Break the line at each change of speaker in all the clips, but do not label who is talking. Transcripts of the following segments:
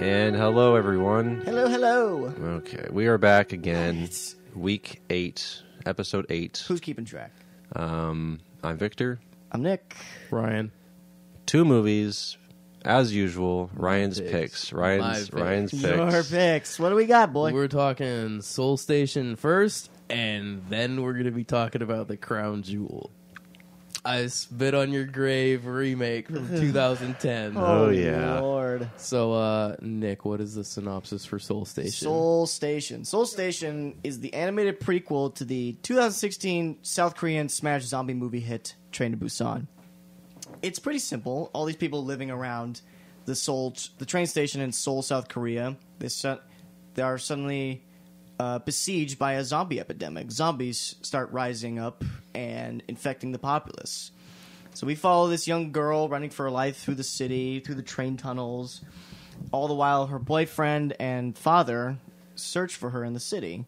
And hello, everyone.
Hello, hello.
Okay, we are back again.
It's-
Week eight, episode eight.
Who's keeping track?
Um, I'm Victor.
I'm Nick.
Ryan.
Two movies, as usual. Ryan's
Picks.
picks. Ryan's
My
Ryan's
picks.
picks.
Your picks. What do we got, boy?
We're talking Soul Station first, and then we're going to be talking about the Crown Jewel. I spit on your grave remake from 2010.
Oh, yeah.
Lord.
So, uh, Nick, what is the synopsis for Soul Station?
Soul Station. Soul Station is the animated prequel to the 2016 South Korean smash zombie movie hit Train to Busan. It's pretty simple. All these people living around the Seoul, the train station in Seoul, South Korea, they, su- they are suddenly uh, besieged by a zombie epidemic. Zombies start rising up and infecting the populace. So we follow this young girl running for her life through the city, through the train tunnels. All the while, her boyfriend and father search for her in the city.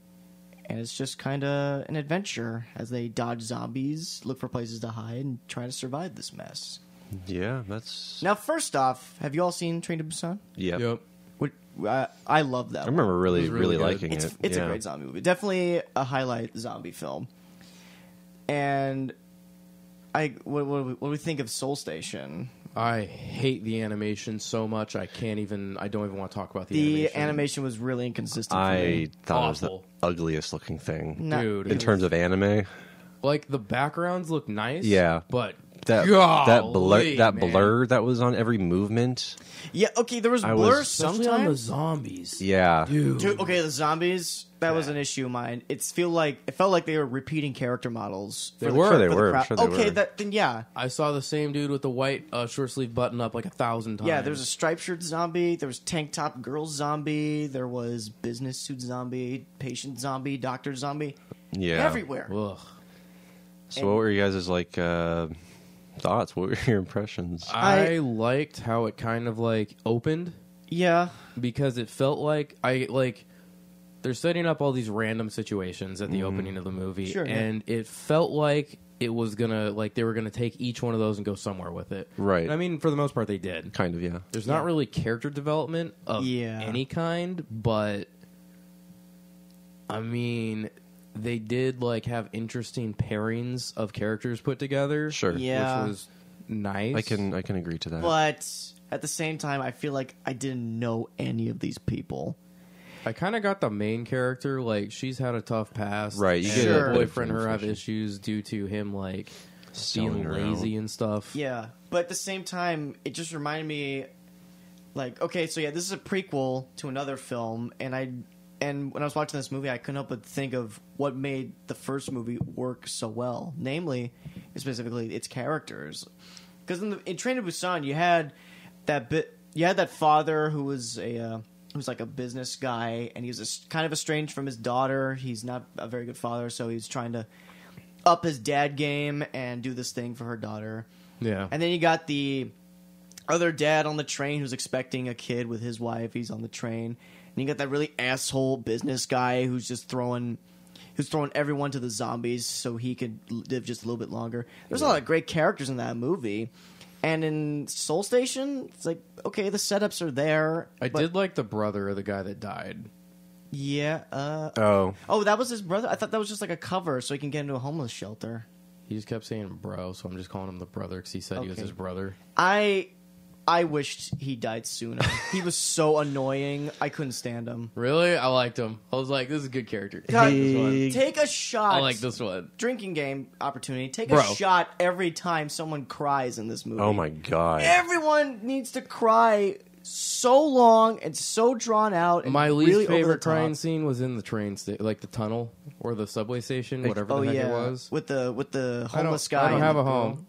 And it's just kind of an adventure as they dodge zombies, look for places to hide, and try to survive this mess.
Yeah, that's.
Now, first off, have you all seen Train to Busan?
Yep.
Yep.
What, uh, I love that.
I
one.
remember really,
It was
really,
really good.
liking
It's
it.
it's
Yeah.
a great zombie movie. Definitely a highlight zombie film. And I what what, do we- what do we think of Soul Station?
I hate the animation so much. I can't even. I don't even want to talk about the,
The
animation.
animation was really inconsistent. for
I
me.
thought it was the
Awful.
ugliest looking thing
Not-
Dude,
in terms of anime.
like the backgrounds look nice.
Yeah.
but
That that blur
golly,
that
man.
blur that was on every movement.
yeah, okay, there was
I
blur
was-
especially on the
sometimes.
zombies.
Yeah.
Dude.
Dude, okay, the zombies that was an issue of mine. It's feel like it felt like they were repeating character models.
They
for the,
were,
for
they
the
were, I'm
crowd.
sure they
okay,
were.
that then yeah,
I saw the same dude with the white uh, short sleeve button up like a thousand times.
yeah. There was a striped shirt zombie. There was tank top girl zombie. There was business suit zombie, patient zombie, doctor zombie.
Yeah.
Everywhere.
Ugh.
So what were you guys' like uh, thoughts? What were your impressions?
I,
I-
liked how it kind of like opened
Yeah.
because it felt like I like they're setting up all these random situations at the opening of the movie,
Sure, yeah.
and it felt like it was gonna like they were gonna take each one of those and go somewhere with it.
Right.
And I mean, for the most part, they did.
kind of, yeah.
There's not really character development of
Yeah.
any kind, but I mean, they did like have interesting pairings of characters put together.
Sure.
Yeah.
which was nice.
I can I can agree to that.
But at the same time, I feel like I didn't know any of these people.
I kind of got the main character like she's had a tough past,
Right, you
and
get a
her
bit of
boyfriend her have
information.
issues due to him like
Selling
being
her
lazy and stuff.
Yeah. But at the same time, it just reminded me like, okay, so yeah, this is a prequel to another film and I and when I was watching this movie, I couldn't help but think of what made the first movie work so well, namely, specifically its characters. Because in, the- in Train to Busan, you had that bit, you had that father who was a uh, who was like a business guy, and he was a s kind of estranged from his daughter. He's not a very good father, so he's trying to up his dad game and do this thing for her daughter.
yeah.
And then you got the other dad on the train who's expecting a kid with his wife. He's on the train, and you got that really asshole business guy who's just throwing, who's throwing everyone to the zombies so he could live just a little bit longer. There's a lot of great characters in that movie, and in Soul Station, it's like okay, the setups are there.
I
but-
did like the brother of the guy that died.
yeah. Uh,
Oh,
oh, that was his brother. I thought that was just like a cover so he can get into a homeless shelter.
He just kept saying bro, so I'm just calling him the brother because he said he was
Okay.
his brother.
I. I wished he died sooner. he was so annoying. I couldn't stand him.
Really, I liked him. I was like, this is a good character. I
God,
like this one.
take a shot.
I like this one.
Drinking game opportunity. Take
Bro.
a shot every time someone cries in this movie.
oh my god.
Everyone needs to cry so long and so drawn out. And
My least
really over the
favorite
top.
crying scene was in the train, sta- like the tunnel or the subway station, whatever
Oh
the heck
yeah,
it was.
with the with the
I don't,
homeless
I
guy.
don't
in
have
the
a
pool.
home.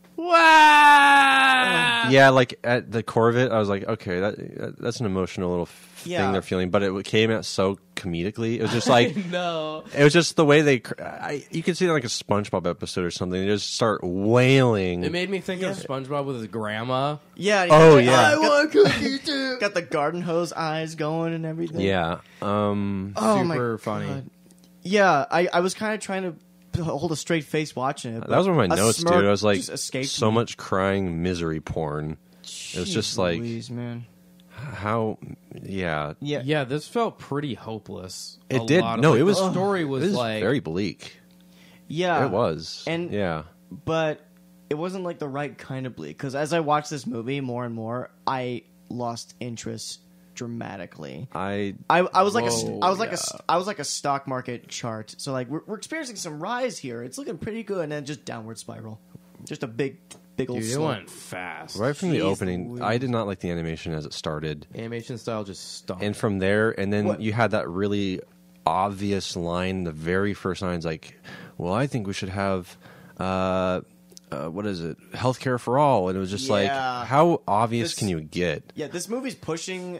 yeah, like at the core of it, I was like, okay, that that's an emotional little f-
Yeah.
thing they're feeling, but it came out so comedically. It was just like
No.
it was just the way they. cr- I, you could see it like a SpongeBob episode or something. They just start wailing.
It made me think of SpongeBob with his grandma.
Yeah. and
Oh,
he's like,
yeah.
I want
cookie too.
got the garden hose eyes going and everything.
yeah. Um.
Oh my
Super funny.
God. Yeah, I, I was kind of trying to hold a straight face watching it.
That was
but
one of my
a
notes,
smirk
dude. I was like,
just escaped
so
me.
much crying misery porn. It was just like,
Jeez Louise, man.
How? Yeah,
Yeah.
Yeah, this felt pretty hopeless.
it
A
did.
lot of-
No,
like,
it was.
The story was,
it was
like
very bleak.
Yeah.
it was.
uh, and-
yeah,
But it wasn't like the right kind of bleak. Because as I watched this movie more and more, I lost interest dramatically.
I.
I, I was like a st-
Whoa,
I was like a
yeah.
st- I was like a stock market chart. So like we're, we're experiencing some rise here. It's looking pretty good, and then just downward spiral, just a big big old
Dude, it
slope.
went fast.
Right from the
Jeez
opening,
Louise.
I did not like the animation as it started.
Animation style just stopped.
and from there and then
What?
you had that really obvious line the very first line's like well i think we should have uh, uh what is it healthcare for all and it was just
Yeah.
like how obvious
This-
can you get
Yeah, this movie's pushing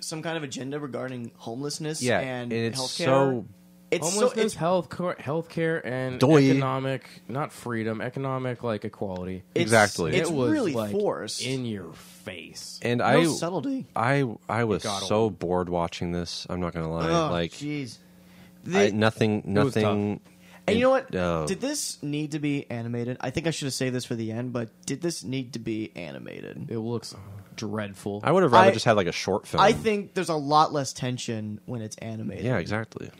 some kind of agenda regarding homelessness.
Yeah,
and,
and it's
healthcare.
so-
it's so
homelessness,
it's,
health, cor- healthcare, and
Doi.
economic, not freedom, economic like equality.
it's
Exactly.
It's
it was
really
like,
forced.
in your face.
and
no
i
subtlety.
i i was
got
so bored watching this i'm not gonna lie
Ugh,
like
Oh, jeez.
I,
They-
nothing
was tough.
nothing
And you know what?
Oh.
Did this need to be animated? I think I should have saved this for the end, but did this need to be animated?
It looks dreadful.
i would have rather
I-
just had like a short film
I think there's a lot less tension when it's animated.
yeah exactly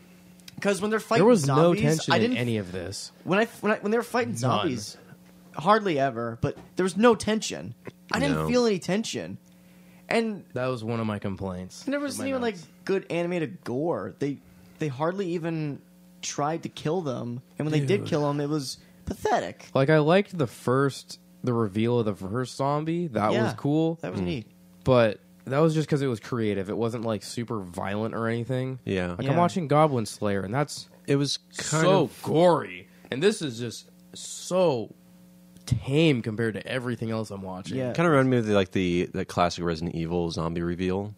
Because when they're fighting
there was
zombies,
no tension
I didn't
in any of this.
when I when, I, when they were fighting zombies, hardly ever. But there was no tension. I didn't
No.
feel any tension, and
That was one of my complaints.
there
with my
wasn't even like
notes.
good animated gore. They they hardly even tried to kill them, and when they did
Dude.
kill them, it was pathetic.
Like I liked the first the reveal of the first zombie. That
Yeah,
was cool. Hmm.
That was neat.
but that was just because it was creative. It wasn't like super violent or anything.
Yeah.
Like
Yeah.
I'm watching Goblin Slayer and that's
it was kind
so
of
gory. And this is just so tame compared to everything else I'm watching.
Yeah.
kind of reminded me of the, like the the classic resident evil zombie reveal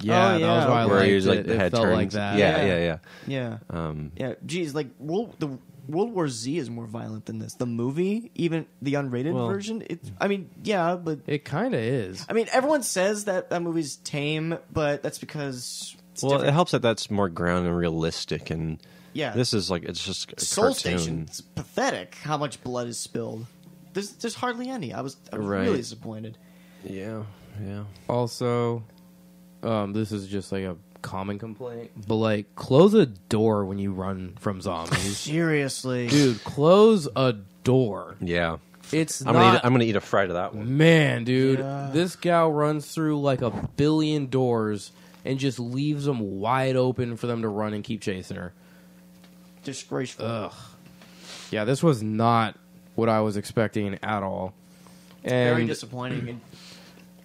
Yeah,
Oh,
that was
yeah.
why I
where
liked
he was like
it.
the
it
head
felt
turns.
like that.
Yeah,
Yeah.
yeah, yeah.
Yeah. Um. Yeah. Geez, like world the World War Z is more violent than this. The movie, even the unrated
Well-
version. It. I mean, yeah, but
It kinda is.
I mean, everyone says that that movie's tame, but that's because it's
Well,
different.
it helps that that's more ground and realistic, and
Yeah.
this is like it's just a
Soul
cartoon.
Station. It's pathetic how much blood is spilled. There's there's hardly any. I was, I was
Right.
really disappointed.
Yeah, yeah.
Also, um, this is just like a common complaint. But like close a door when you run from zombies.
Seriously,
Dude, close a door.
Yeah,
It's
I'm gonna
not
eat, I'm gonna eat a fry to that one.
Man, dude,
Yeah.
this gal runs through like a billion doors and just leaves them wide open for them to run and keep chasing her.
disgraceful.
Ugh. Yeah, this was not what I was expecting at all. And
Very disappointing. And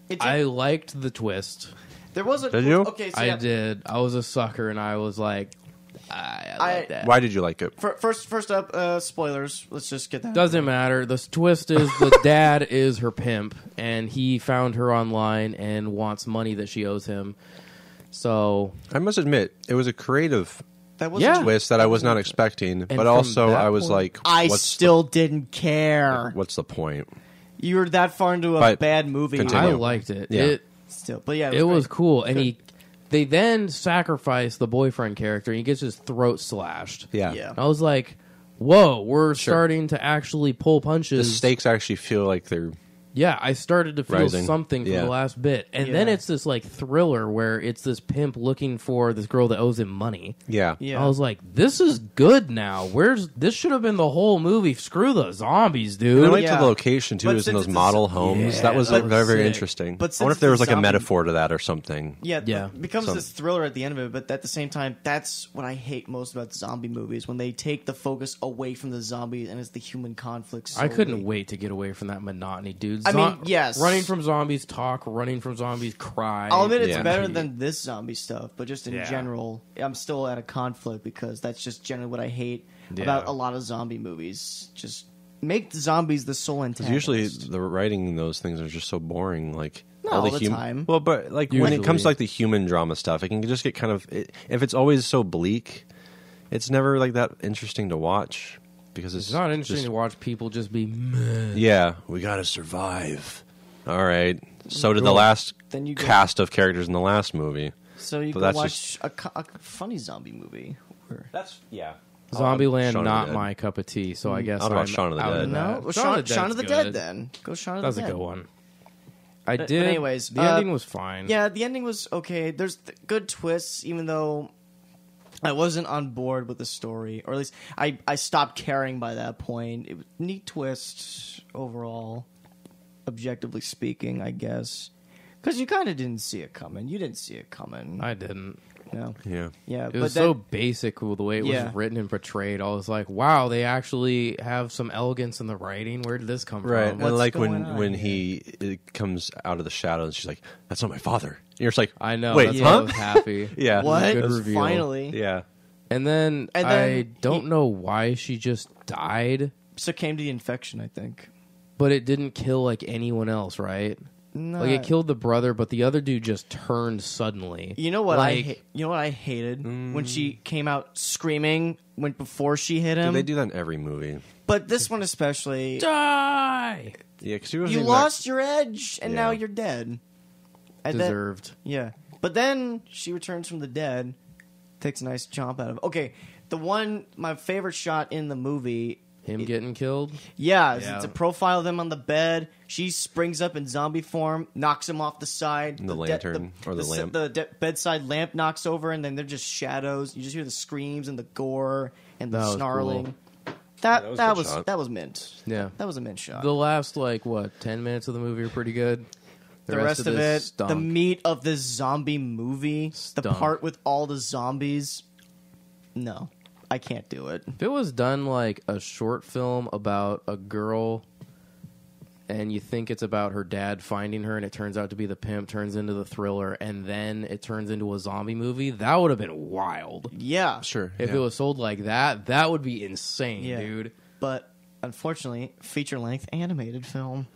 it's
I liked the twist.
there was a
Did you?
okay. So
I
yeah,
did. I was a sucker, and I was like, I, I like
I-
that.
Why did you like it?
fir- first first up, uh, spoilers. Let's just get that.
Doesn't matter. The twist is the dad is her pimp, and he found her online and wants money that she owes him. So
I must admit, it was a creative
that was
Yeah.
twist that I was not expecting, but
from
also
that
I was
point-
like,
I
what's
still didn't care.
the, what's the point?
You were that far into a
But
bad movie.
continue.
I liked it.
Yeah.
It
Still, but yeah,
it was
great.
cool and he they then sacrifice the boyfriend character and he gets his throat slashed
Yeah,
Yeah.
i was like whoa we're starting to actually pull
The
punches
stakes actually feel like they're
yeah i started to feel
Rising.
something for
Yeah.
the last bit and then
Yeah.
it's this like thriller where it's this pimp looking for this girl that owes him money
yeah
Yeah.
I was like, "This is good now. Where's this? Should have been the whole movie. Screw the zombies,
And I
dude.
liked
Yeah.
the location too.
But
it was in
since
those
it's a-
model homes.
Yeah,
that was
that
like,
was
very, very
sick.
interesting.
But
I wonder
since
if there
it's
was like
a
a
zombie-
metaphor to that or something.
Yeah,
Yeah.
it becomes
So-
this thriller at the end of it, but at the same time, that's what I hate most about zombie movies when they take the focus away from the zombies and it's the human conflict.
I couldn't
solely.
wait to get away from that monotony, dude.
I mean, yes.
running from zombies, talk. Running from zombies, cry.
I'll admit it's
Yeah.
better than this zombie stuff, but just in
Yeah.
general, I'm still at a conflict because that's just generally what I hate
Yeah.
about a lot of zombie movies. Just make the zombies the sole
Because
antagonist.
usually the writing in those things are just so boring. Like
Not all the time.
Well, but like when it
Usually.
comes to like the human drama stuff, it can just get kind of it, if it's always so bleak, it's never like that interesting to watch because it's,
It's not interesting
just-
to watch people just be. Meh.
yeah, we gotta survive. All right. So did the
Cool.
last
Then you go-
cast of characters in the last movie.
so you
but
can
that's
watch a, co- a funny zombie movie. Or-
That's yeah.
Zombieland,
Oh, Shaun of the
not
Dead.
my cup of tea. So I guess
How about
I'm
Shaun of the
out
Dead?
that.
Mm-hmm. No, well,
Shaun
Shaun,
Dead's
Shaun of the Dead.
good.
Then go Shaun of
That was
the
a
Dead.
good one. I
But-
I
but
did.
anyways,
the
uh,
ending was fine.
Yeah, the ending was okay. There's th- good twists, even though I wasn't on board with the story, or at least I, I stopped caring by that point. It was neat twist overall, objectively speaking, I guess. Because you kind of didn't see it coming. You didn't see it coming.
I didn't.
no.
Yeah.
Yeah,
It
but
was
then,
so basic with the way it was
Yeah.
written and portrayed. I was like, wow, they actually have some elegance in the writing. Where did this come
Right, and
from?
what's
like
going on
when when
here?
he it comes out of the shadows, she's like, "That's not my father." And you're just like,
I know.
Wait,
that's
huh?
why I was happy.
yeah,
what?
good reveal.
Finally,
yeah,
And then,
And
I
then
don't
he-
know why she just died,
so came to the infection. I think.
but it didn't kill like anyone else, right?
No,
Like it killed the brother, but the other dude just turned suddenly.
You know what I
Like,
ha- you know what I hated when she came out screaming when before she hit him.
Dude, they do that in every movie.
But this one especially,
die
Yeah, because was
you
in that-
lost your edge and now
Yeah.
you're dead. And then-
deserved.
yeah. But then she returns from the dead, takes a nice chomp out of. Okay, the one my favorite shot in the movie.
Him getting killed.
Yeah, is
Yeah.
it's a profile of them on the bed. She springs up in zombie form, knocks him off the side.
The lantern or the
s-
lamp.
The de- bedside lamp knocks over, and then they're just shadows. You just hear the screams and the gore and the
That was
snarling.
cool.
That
that was a
that
good
was
shot.
that was mint.
Yeah.
That was a mint shot.
The last like what ten minutes of the movie are pretty good.
the rest, of, it,
stunk.
the meat of the zombie movie, the
Stunk.
part with all the zombies. No, I can't do it.
if it was done like a short film about a girl, and you think it's about her dad finding her, and it turns out to be the pimp, turns into the thriller, and then it turns into a zombie movie, that would have been wild.
Yeah,
Sure,
If
yeah.
it was sold like that, that would be insane,
Yeah.
dude.
but unfortunately, feature length animated film.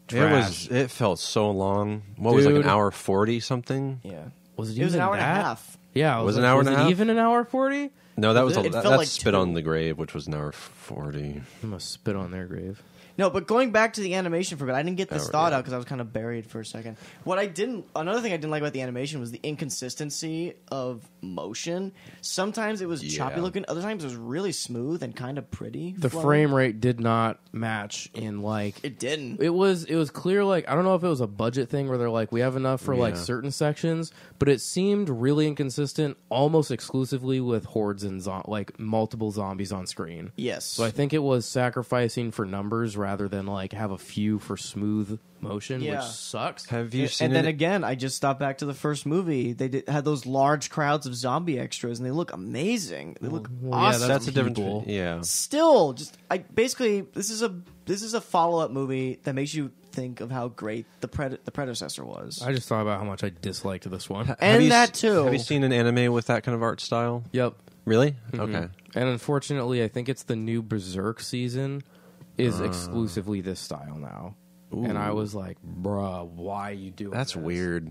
it
trash.
was it felt so long. What was it, like
Dude.
an hour forty something?
Yeah,
Was it,
it was an
even
hour and a
that?
half.
Yeah, I
Was
like,
an hour and a
it
half?
Even an hour forty?
No, that was a, that,
It felt
that's
like
spit
two.
on the grave, which was an hour forty.
I'm gonna spit on their grave.
No, but going back to the animation for a bit, I didn't get this
Oh,
thought
yeah.
out because I was kind of buried for a second. What I didn't, another thing I didn't like about the animation was the inconsistency of motion. Sometimes it was choppy
Yeah.
looking, other times it was really smooth and kind of pretty.
The
flowing.
frame rate did not match in like
it didn't.
it was it was clear like I don't know if it was a budget thing where they're like we have enough for like
Yeah.
certain sections, but it seemed really inconsistent, almost exclusively with hordes and zo- like multiple zombies on screen.
yes,
So I think it was sacrificing for numbers rather than like have a few for smooth motion,
Yeah.
which sucks.
Have you
And-
seen
and then
it?
again, I just thought back to the first movie. They did, had those large crowds of zombie extras, and they look amazing. They look
well, yeah,
awesome.
that's-
that's a different.
people.
Yeah,
Still, just I basically this is a this is a follow up movie that makes you think of how great the pred- the predecessor was.
I just thought about how much I disliked this one.
and
Have you
that
s-
too.
Have you seen an anime with that kind of art style?
yep.
Really? Okay.
And unfortunately, I think it's the new Berserk season
Ah.
is exclusively this style now. And I was like, bruh, why you doing
That's
this?
weird.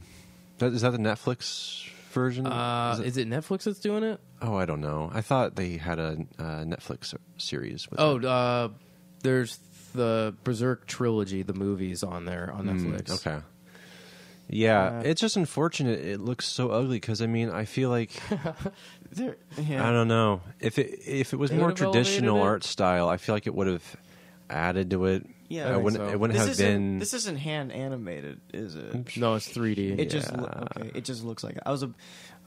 That, is that the Netflix version?
Uh,
Is it-
is it Netflix that's doing it?
oh, I don't know. I thought they had a uh, Netflix series. With
Oh,
it.
uh, there's the Berserk trilogy, the movies on there on Netflix.
Hmm, okay. Yeah, it's just unfortunate. It looks so ugly because I mean, I feel like
There- yeah.
I don't know if it if it was
They
more
would've elevated
traditional
it?
art style. I feel like it would have added to it.
Yeah. I
I
think
wouldn't.
so.
It wouldn't
this
have
isn't
been.
this isn't hand animated, is it?
No, it's 3D.
It just lo- okay. It just looks like I was a,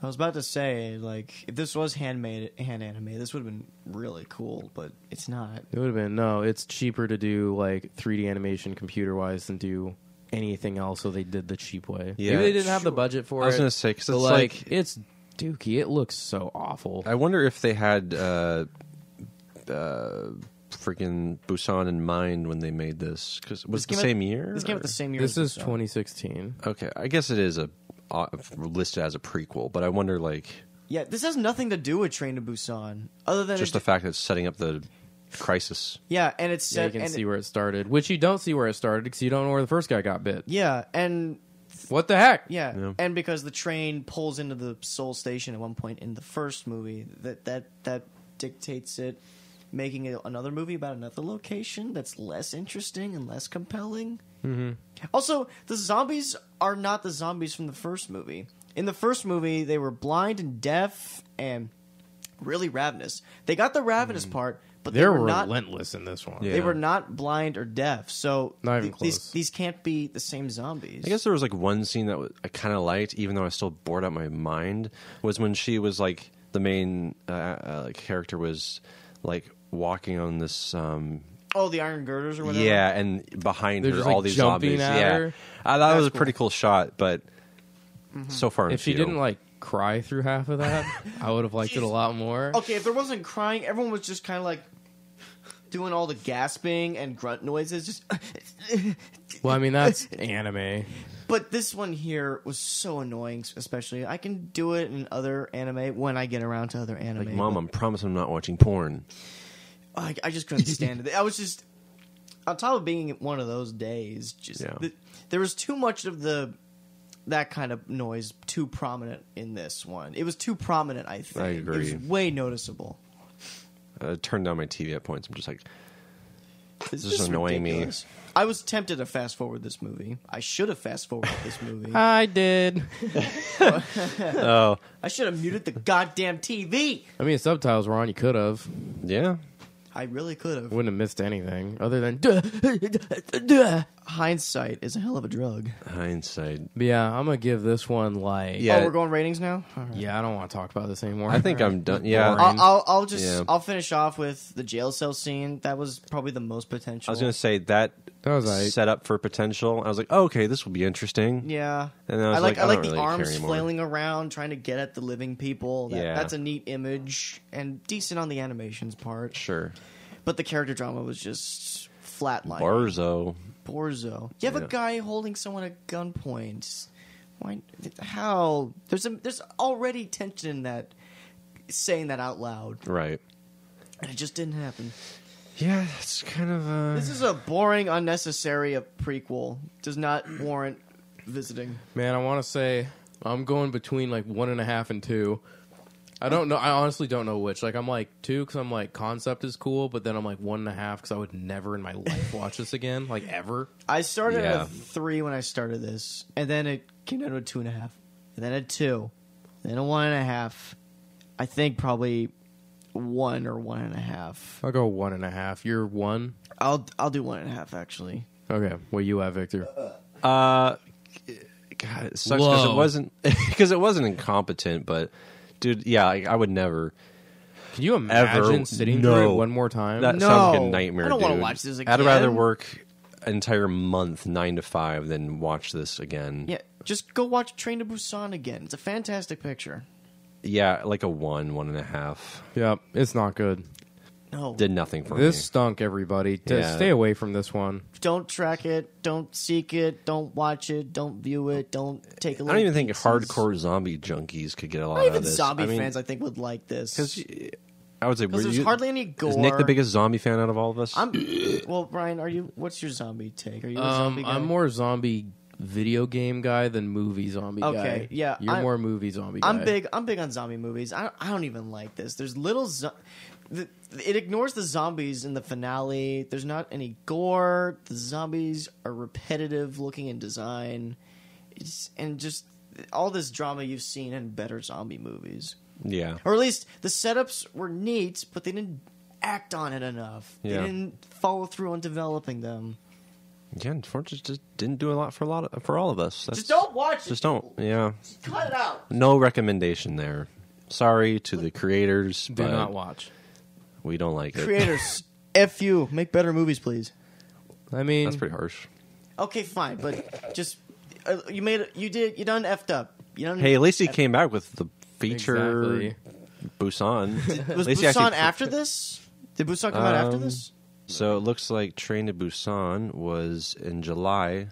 I was about to say like if this was handmade hand anime, this would have been really cool, but it's not.
It would have been no. It's cheaper to do like 3D animation computer wise than do anything else. So they did the cheap way.
Yeah,
Maybe they didn't have the
sure.
budget for it.
I was gonna say, 'cause
but,
it's
like,
like-
it's dookie. It looks so awful.
I wonder if they had uh, uh, freaking Busan in mind when they made this because was
This
it the
came out-
same year?
This came out
or-
the same year.
this
as
is
Berserk.
2016.
Okay, I guess it is a uh, listed as a prequel, but I wonder like
Yeah, this has nothing to do with Train to Busan, other than
just
it,
the fact that it's setting up the crisis.
yeah, and it's
Yeah, you
set,
can
and
see where it started, which you don't see where it started because you don't know where the first guy got bit.
yeah, and
What the heck?
yeah,
Yeah.
and because the train pulls into the Seoul station at one point in the first movie, that that that dictates it, making it another movie about another location that's less interesting and less compelling. Mm-hmm. Also, the zombies are not the zombies from the first movie. In the first movie, they were blind and deaf and really ravenous. They got the ravenous part, but they
They're
were not
relentless in this one.
Yeah.
they were not blind or deaf. So
Not even
these
close.
these can't be the same zombies.
I guess there was like one scene that wa- I kind of liked, even though I was still bored out my mind, was when she was like the main uh, uh, like character was like walking on this. Um,
oh, the iron girders or whatever.
yeah, and behind
They're
her,
just,
all
like,
these
jumping
zombies.
at
Yeah,
her.
I thought it was a pretty cool shot, but
Mm-hmm.
so far, I'm
If she
few.
didn't like cry through half of that, I would have liked it a lot more.
Okay, if there wasn't crying, everyone was just kind of like doing all the gasping and grunt noises. Just,
Well, I mean that's anime.
but this one here was so annoying. Especially, I can do it in other anime when I get around to other anime.
like, Mom, I'm promise I'm not watching porn.
I, I just couldn't stand it. I was just on top of being one of those days. Just
Yeah.
th- there was too much of the that kind of noise too prominent in this one. It was too prominent. I think
I
It
agree.
was way noticeable.
I Uh, turned down my TV at points. I'm just like,
This
is annoying me.
I was tempted to fast forward this movie. I should have fast forwarded this movie.
I did.
oh
I should have muted the goddamn TV.
I mean, subtitles were on. You could have.
yeah,
I really could have.
Wouldn't have missed anything other than. Duh, duh, duh.
Hindsight is a hell of a drug.
hindsight.
But yeah, I'm gonna give this one like.
Yeah.
Oh, we're going ratings now. All right.
Yeah, I don't want to talk about this anymore.
I think I'm done. Yeah,
I'll,
Boring.
I'll, I'll just
Yeah.
I'll finish off with the jail cell scene. That was probably the most
I
potential.
was gonna say that
That was aight.
set up for potential. I was like, oh, okay, this will be interesting.
Yeah.
And then I was like,
like, I
I
like
don't
the
really care
arms
anymore.
flailing around trying to get at the living people. That,
Yeah.
That's a neat image and decent on the animations part.
Sure.
But the character drama was just flatline.
Barzo.
Borzo. You have a
Yeah.
guy holding someone at gunpoint. Why? How? There's a, there's already tension in that saying that out loud,
Right.
and it just didn't happen.
Yeah, it's kind of uh
This is a boring, unnecessary uh, prequel. Does not warrant visiting.
Man, I want to say I'm going between like one and a half and two. I don't know. I honestly don't know which. Like, I'm like two because I'm like concept is cool, but then I'm like one and a half because I would never in my life watch this again, like ever.
I started
Yeah.
at a three when I started this, and then it came down to a two and a half, and then a two, then a one and a half. I think probably one or one and a half.
I'll go one and a half. You're one.
I'll I'll do one and a half actually.
Okay. Well, you have Victor.
uh God, it sucks because
Whoa.
it wasn't because it wasn't incompetent, but dude, yeah, I, I would never.
Can you imagine
Ever-
sitting
no.
through it one more time?
That
No.
sounds like a nightmare.
I don't wanna
dude.
watch this
I'd rather
again.
work an entire month nine to five than watch this again.
Yeah, just go watch Train to Busan again. It's a fantastic picture.
Yeah, like a one, one and a half.
Yep. It's not good.
No,
Did nothing for
This
me.
stunk, everybody. To
Yeah.
Stay away from this one.
don't track it. Don't seek it. Don't watch it. Don't view it. Don't take a look.
I don't even think hardcore zombie junkies could get a lot
Not
out
even
of this.
zombie
I mean,
fans, I think, would like this.
Because I would say were
there's
you-
hardly any gore.
Is Nick the biggest zombie fan out of all of us?
I'm well, Brian. Are you? What's your zombie take? Are you a zombie
Um,
guy?
I'm more zombie video game guy than movie zombie guy.
Okay, yeah,
You're
I-
more movie zombie guy.
I'm big. I'm big on zombie movies. I don't, I don't even like this. There's little. Zo- the, it ignores the zombies in the finale. There's not any gore. The zombies are repetitive looking in design, it's, and just all this drama you've seen in better zombie movies,
yeah.
or at least the setups were neat, but they didn't act on it enough.
Yeah.
They didn't follow through on developing them.
Yeah, unfortunately, just didn't do a lot for a lot of, for all of us. That's-
Just don't watch it.
Just don't. Yeah.
cut it out.
No recommendation there. Sorry to the creators,
Do
but
not watch.
we don't like it.
creators f you make better movies please
I mean,
That's pretty harsh.
okay fine but just uh, you made you did you done effed up you done
Hey, at least he came back with the feature
Exactly.
Busan.
was
at least he actually-
busan after this did busan come out after
Um,
this
So it looks like Train to Busan was in July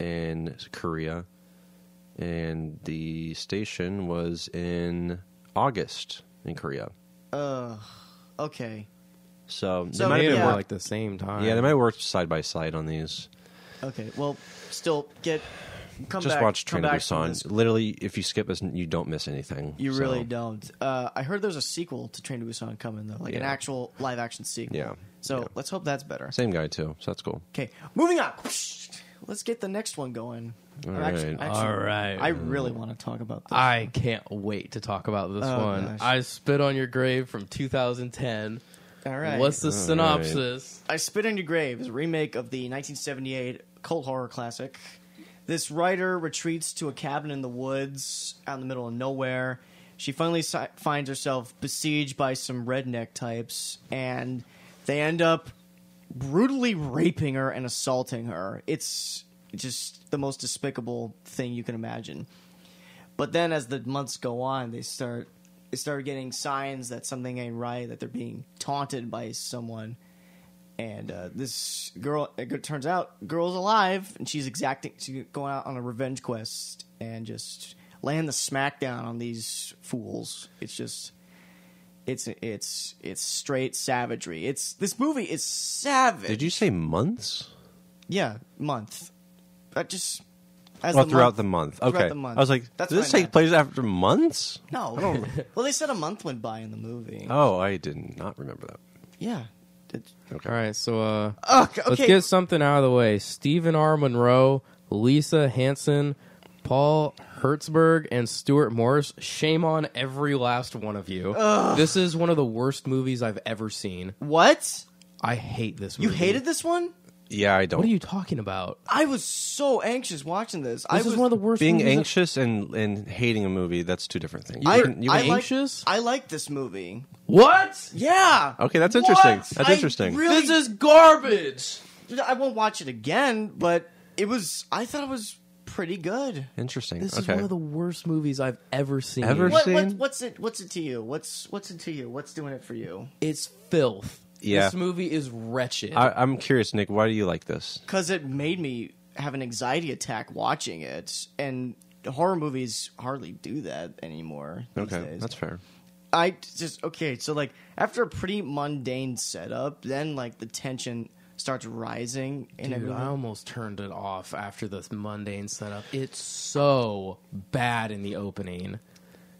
in Korea, and the station was in August in Korea.
uh okay
So,
So,
they might
made
have been
them
Oh, yeah.
at,
work-
like the same time.
yeah, they might have worked side by side on these.
okay well still get come
Just
back,
watch
come
Train to
back from
Busan.
this.
Literally, if you skip us, you don't miss anything.
you
So,
really don't uh, i heard there's a sequel to train to busan coming though like an
Yeah.
actual live action sequel
Yeah.
so
Yeah.
let's hope that's better
Same guy too, so that's cool.
okay moving on let's get the next one going
All
I'm actu-
right.
actually-
All right.
i really want to talk about this
I can't wait to talk about this
Oh,
one.
gosh.
I Spit on Your Grave from 2010.
All right.
What's the
All
synopsis?
I Spit on Your Grave is a remake of the 1978 cult horror classic. This writer retreats to a cabin in the woods out in the middle of nowhere. She finally si- finds herself besieged by some redneck types, and they end up brutally raping her and assaulting her. It's just the most despicable thing you can imagine. But then, as the months go on, they start they start getting signs that something ain't right, that they're being taunted by someone and uh, this girl it turns out girl's alive and she's exacting she's going out on a revenge quest and just laying the smackdown on these fools it's just it's it's it's straight savagery it's this movie is savage
Did you say months?
yeah month I just as
Well,
the
Oh, throughout
month-
the month.
throughout
Okay.
the month.
I was like,
That's
does this
what I
take place after months?
no well they said a month went by in the movie
Oh, I did not remember that.
yeah It-
Okay.
All right, so uh,
Ugh, okay
let's get something out of the way. Stephen R. Monroe, Lisa Hansen, Paul Hertzberg, and Stuart Morris. Shame on every last one of you. This is one of the worst movies I've ever seen.
what
I hate this
you
movie.
hated this one
Yeah, I don't.
What are you talking about?
I was so anxious watching this. I
This
was
is one of the worst
Being
movies I've-
anxious and, and hating a movie, that's two different things.
I-
You can- you
I
can-
like-
anxious?
I like this movie.
What?
Yeah.
okay, that's interesting.
What?
That's
I
interesting.
Really,
This is garbage.
I won't watch it again, but it was. I thought it was pretty good.
interesting.
This
okay.
is one of the worst movies I've ever seen.
Ever?
What, what,
Seen?
what's it? What's it to you? What's What's it to you? What's doing it for you?
It's filth.
Yeah.
This movie is wretched.
I, I'm curious, Nick. Why do you like this?
Because it made me have an anxiety attack watching it, and horror movies hardly do that anymore. These
Okay,
days.
that's fair.
I just okay. So like after a pretty mundane setup, then like the tension starts rising, and
Dude,
everyone-
I almost turned it off after this mundane setup. It's so bad in the opening.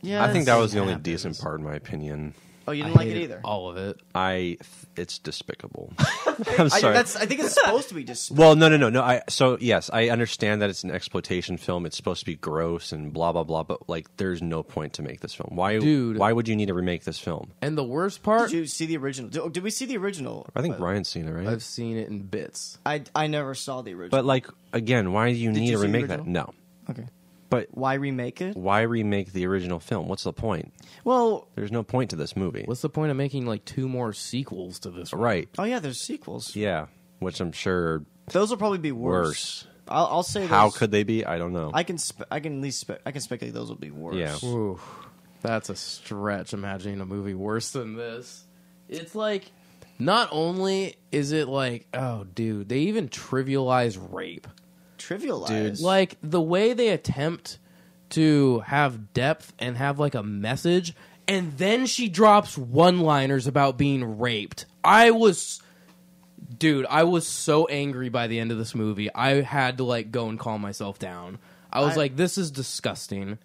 yeah,
I think
it's-
that was the only
happens.
decent part, in my opinion.
Oh, you
I
didn't like it
hated
either.
All of it.
I, it's despicable. I'm
I,
sorry.
that's, I think it's supposed to be just
Well, no, no, no, no. I so yes, I understand that it's an exploitation film. It's supposed to be gross and blah blah blah. But like, there's no point to make this film. Why,
Dude.
Why would you need to remake this film?
And the worst part,
Did you see the original? Did, did we see the original?
I think
But
Brian's seen it, right?
I've seen it in bits.
I I never saw the original.
but like, again, why do you need
you
to
see the
remake that? No.
okay,
But
why remake it?
why remake the original film? What's the point?
Well,
There's no point to this movie,
What's the point of making like two more sequels to this? one?
right?
oh yeah, there's sequels.
Yeah, which I'm sure.
Those will probably be worse.
Worse.
I'll, I'll say
How
those-
could they be? I don't know.
I can spe- I can at least spe- I can speculate those will be worse.
Yeah.
Ooh, that's a stretch. Imagining a movie worse than this. It's like not only is it like, oh, dude, they even trivialize rape.
trivialized.
Like the way they attempt to have depth and have like a message, and then she drops one liners about being raped. I was, dude, I was so angry by the end of this movie. I had to like go and calm myself down. I was
I-
like, this is disgusting.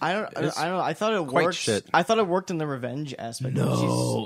I don't I don't, I don't know. I thought it
quite
worked.
shit.
I thought it worked in the revenge aspect.
No,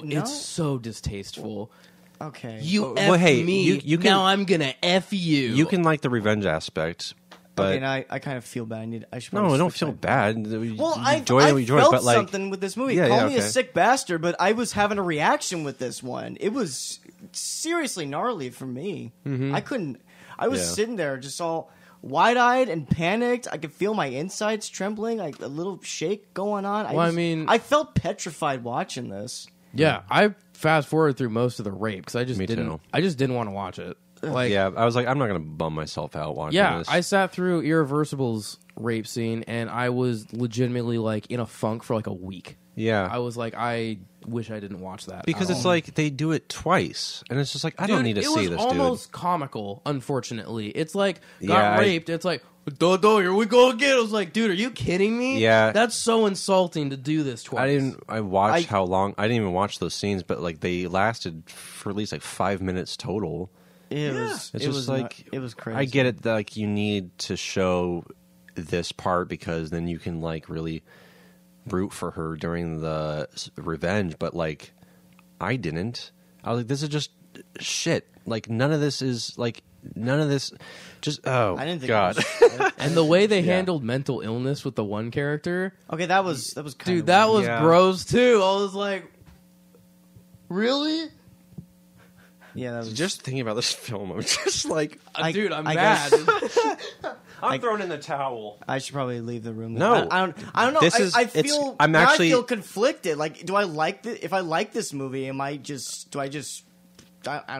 She's- no?
it's so distasteful.
okay.
You
Oh,
f
well, hey,
me.
you- you can-
now I'm gonna f you.
you can like the revenge aspect, but
okay, and I, I kind of feel bad. I need I should
no,
probably
don't
switch
feel
my-
bad.
Well,
you
I,
enjoy
I
it, you enjoy it,
felt
but like,
something with this movie.
Yeah,
Call
yeah,
me a
okay.
sick bastard, but I was having a reaction with this one. It was seriously gnarly for me. I couldn't. I was
Mm-hmm. Yeah.
sitting there just all wide-eyed and panicked. I could feel my insides trembling, like a little shake going on.
Well, I
just-
mean-
I felt petrified watching this.
yeah, I fast forward through most of the rape because I just
Me
didn't.
too.
I just didn't want to watch it. Like,
yeah, I was like, I'm not gonna bum myself out watching
Yeah,
this.
I sat through Irreversible's rape scene and I was legitimately like in a funk for like a week.
yeah,
I was like, I wish I didn't watch that
because
at
it's
all.
like they do it twice, and it's just like I
Dude,
don't need to
it
see
was
this,
almost comical. Unfortunately, it's like got
Yeah, I-
raped. It's like, duh, duh, here we go again. I was like, dude, are you kidding me?
Yeah.
that's so insulting to do this
dude.
twice.
I didn't. I watched
I-
how long. I didn't even watch those scenes, but like they lasted for at least like five minutes total.
It was.
It's
it
just
was
like
not- it was crazy.
I get it. That, like you need to show this part because then you can like really root for her during the s- revenge. But like I didn't. I was like, this is just shit. Like none of this is like none of this. Just oh
I didn't think.
god.
It was,
And the way they
Yeah.
handled mental illness with the one character,
okay, that was that was kind
dude, that was
Yeah.
gross too. I was like, really?
Yeah, that was
Just thinking about this film, I'm just like
Uh,
I-
dude, I'm
I
mad.
I'm throwing in the towel.
I should probably leave the room.
No.
I, I don't. I don't know.
This
I,
is-
I
it's-
feel.
I'm
now
actually-
I feel conflicted. Like, do I like the? If I like this movie, am I just? Do I just? I, I,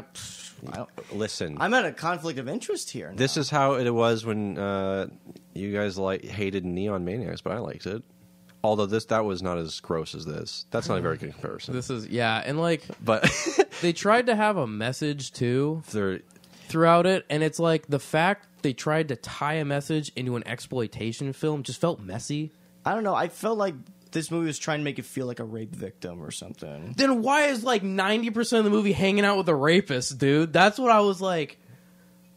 I don't,
Listen,
I'm at a conflict of interest here. now.
this is how it was when uh, you guys like hated Neon Maniacs, but I liked it. Although this that was not as gross as this. That's not a very good comparison.
This is yeah, and like
but
they tried to have a message too
they're
throughout it, and it's like the fact they tried to tie a message into an exploitation film just felt messy.
I don't know. I felt like this movie was trying to make it feel like a rape victim or something.
Then why is like ninety percent of the movie hanging out with a rapist, dude? That's what I was like.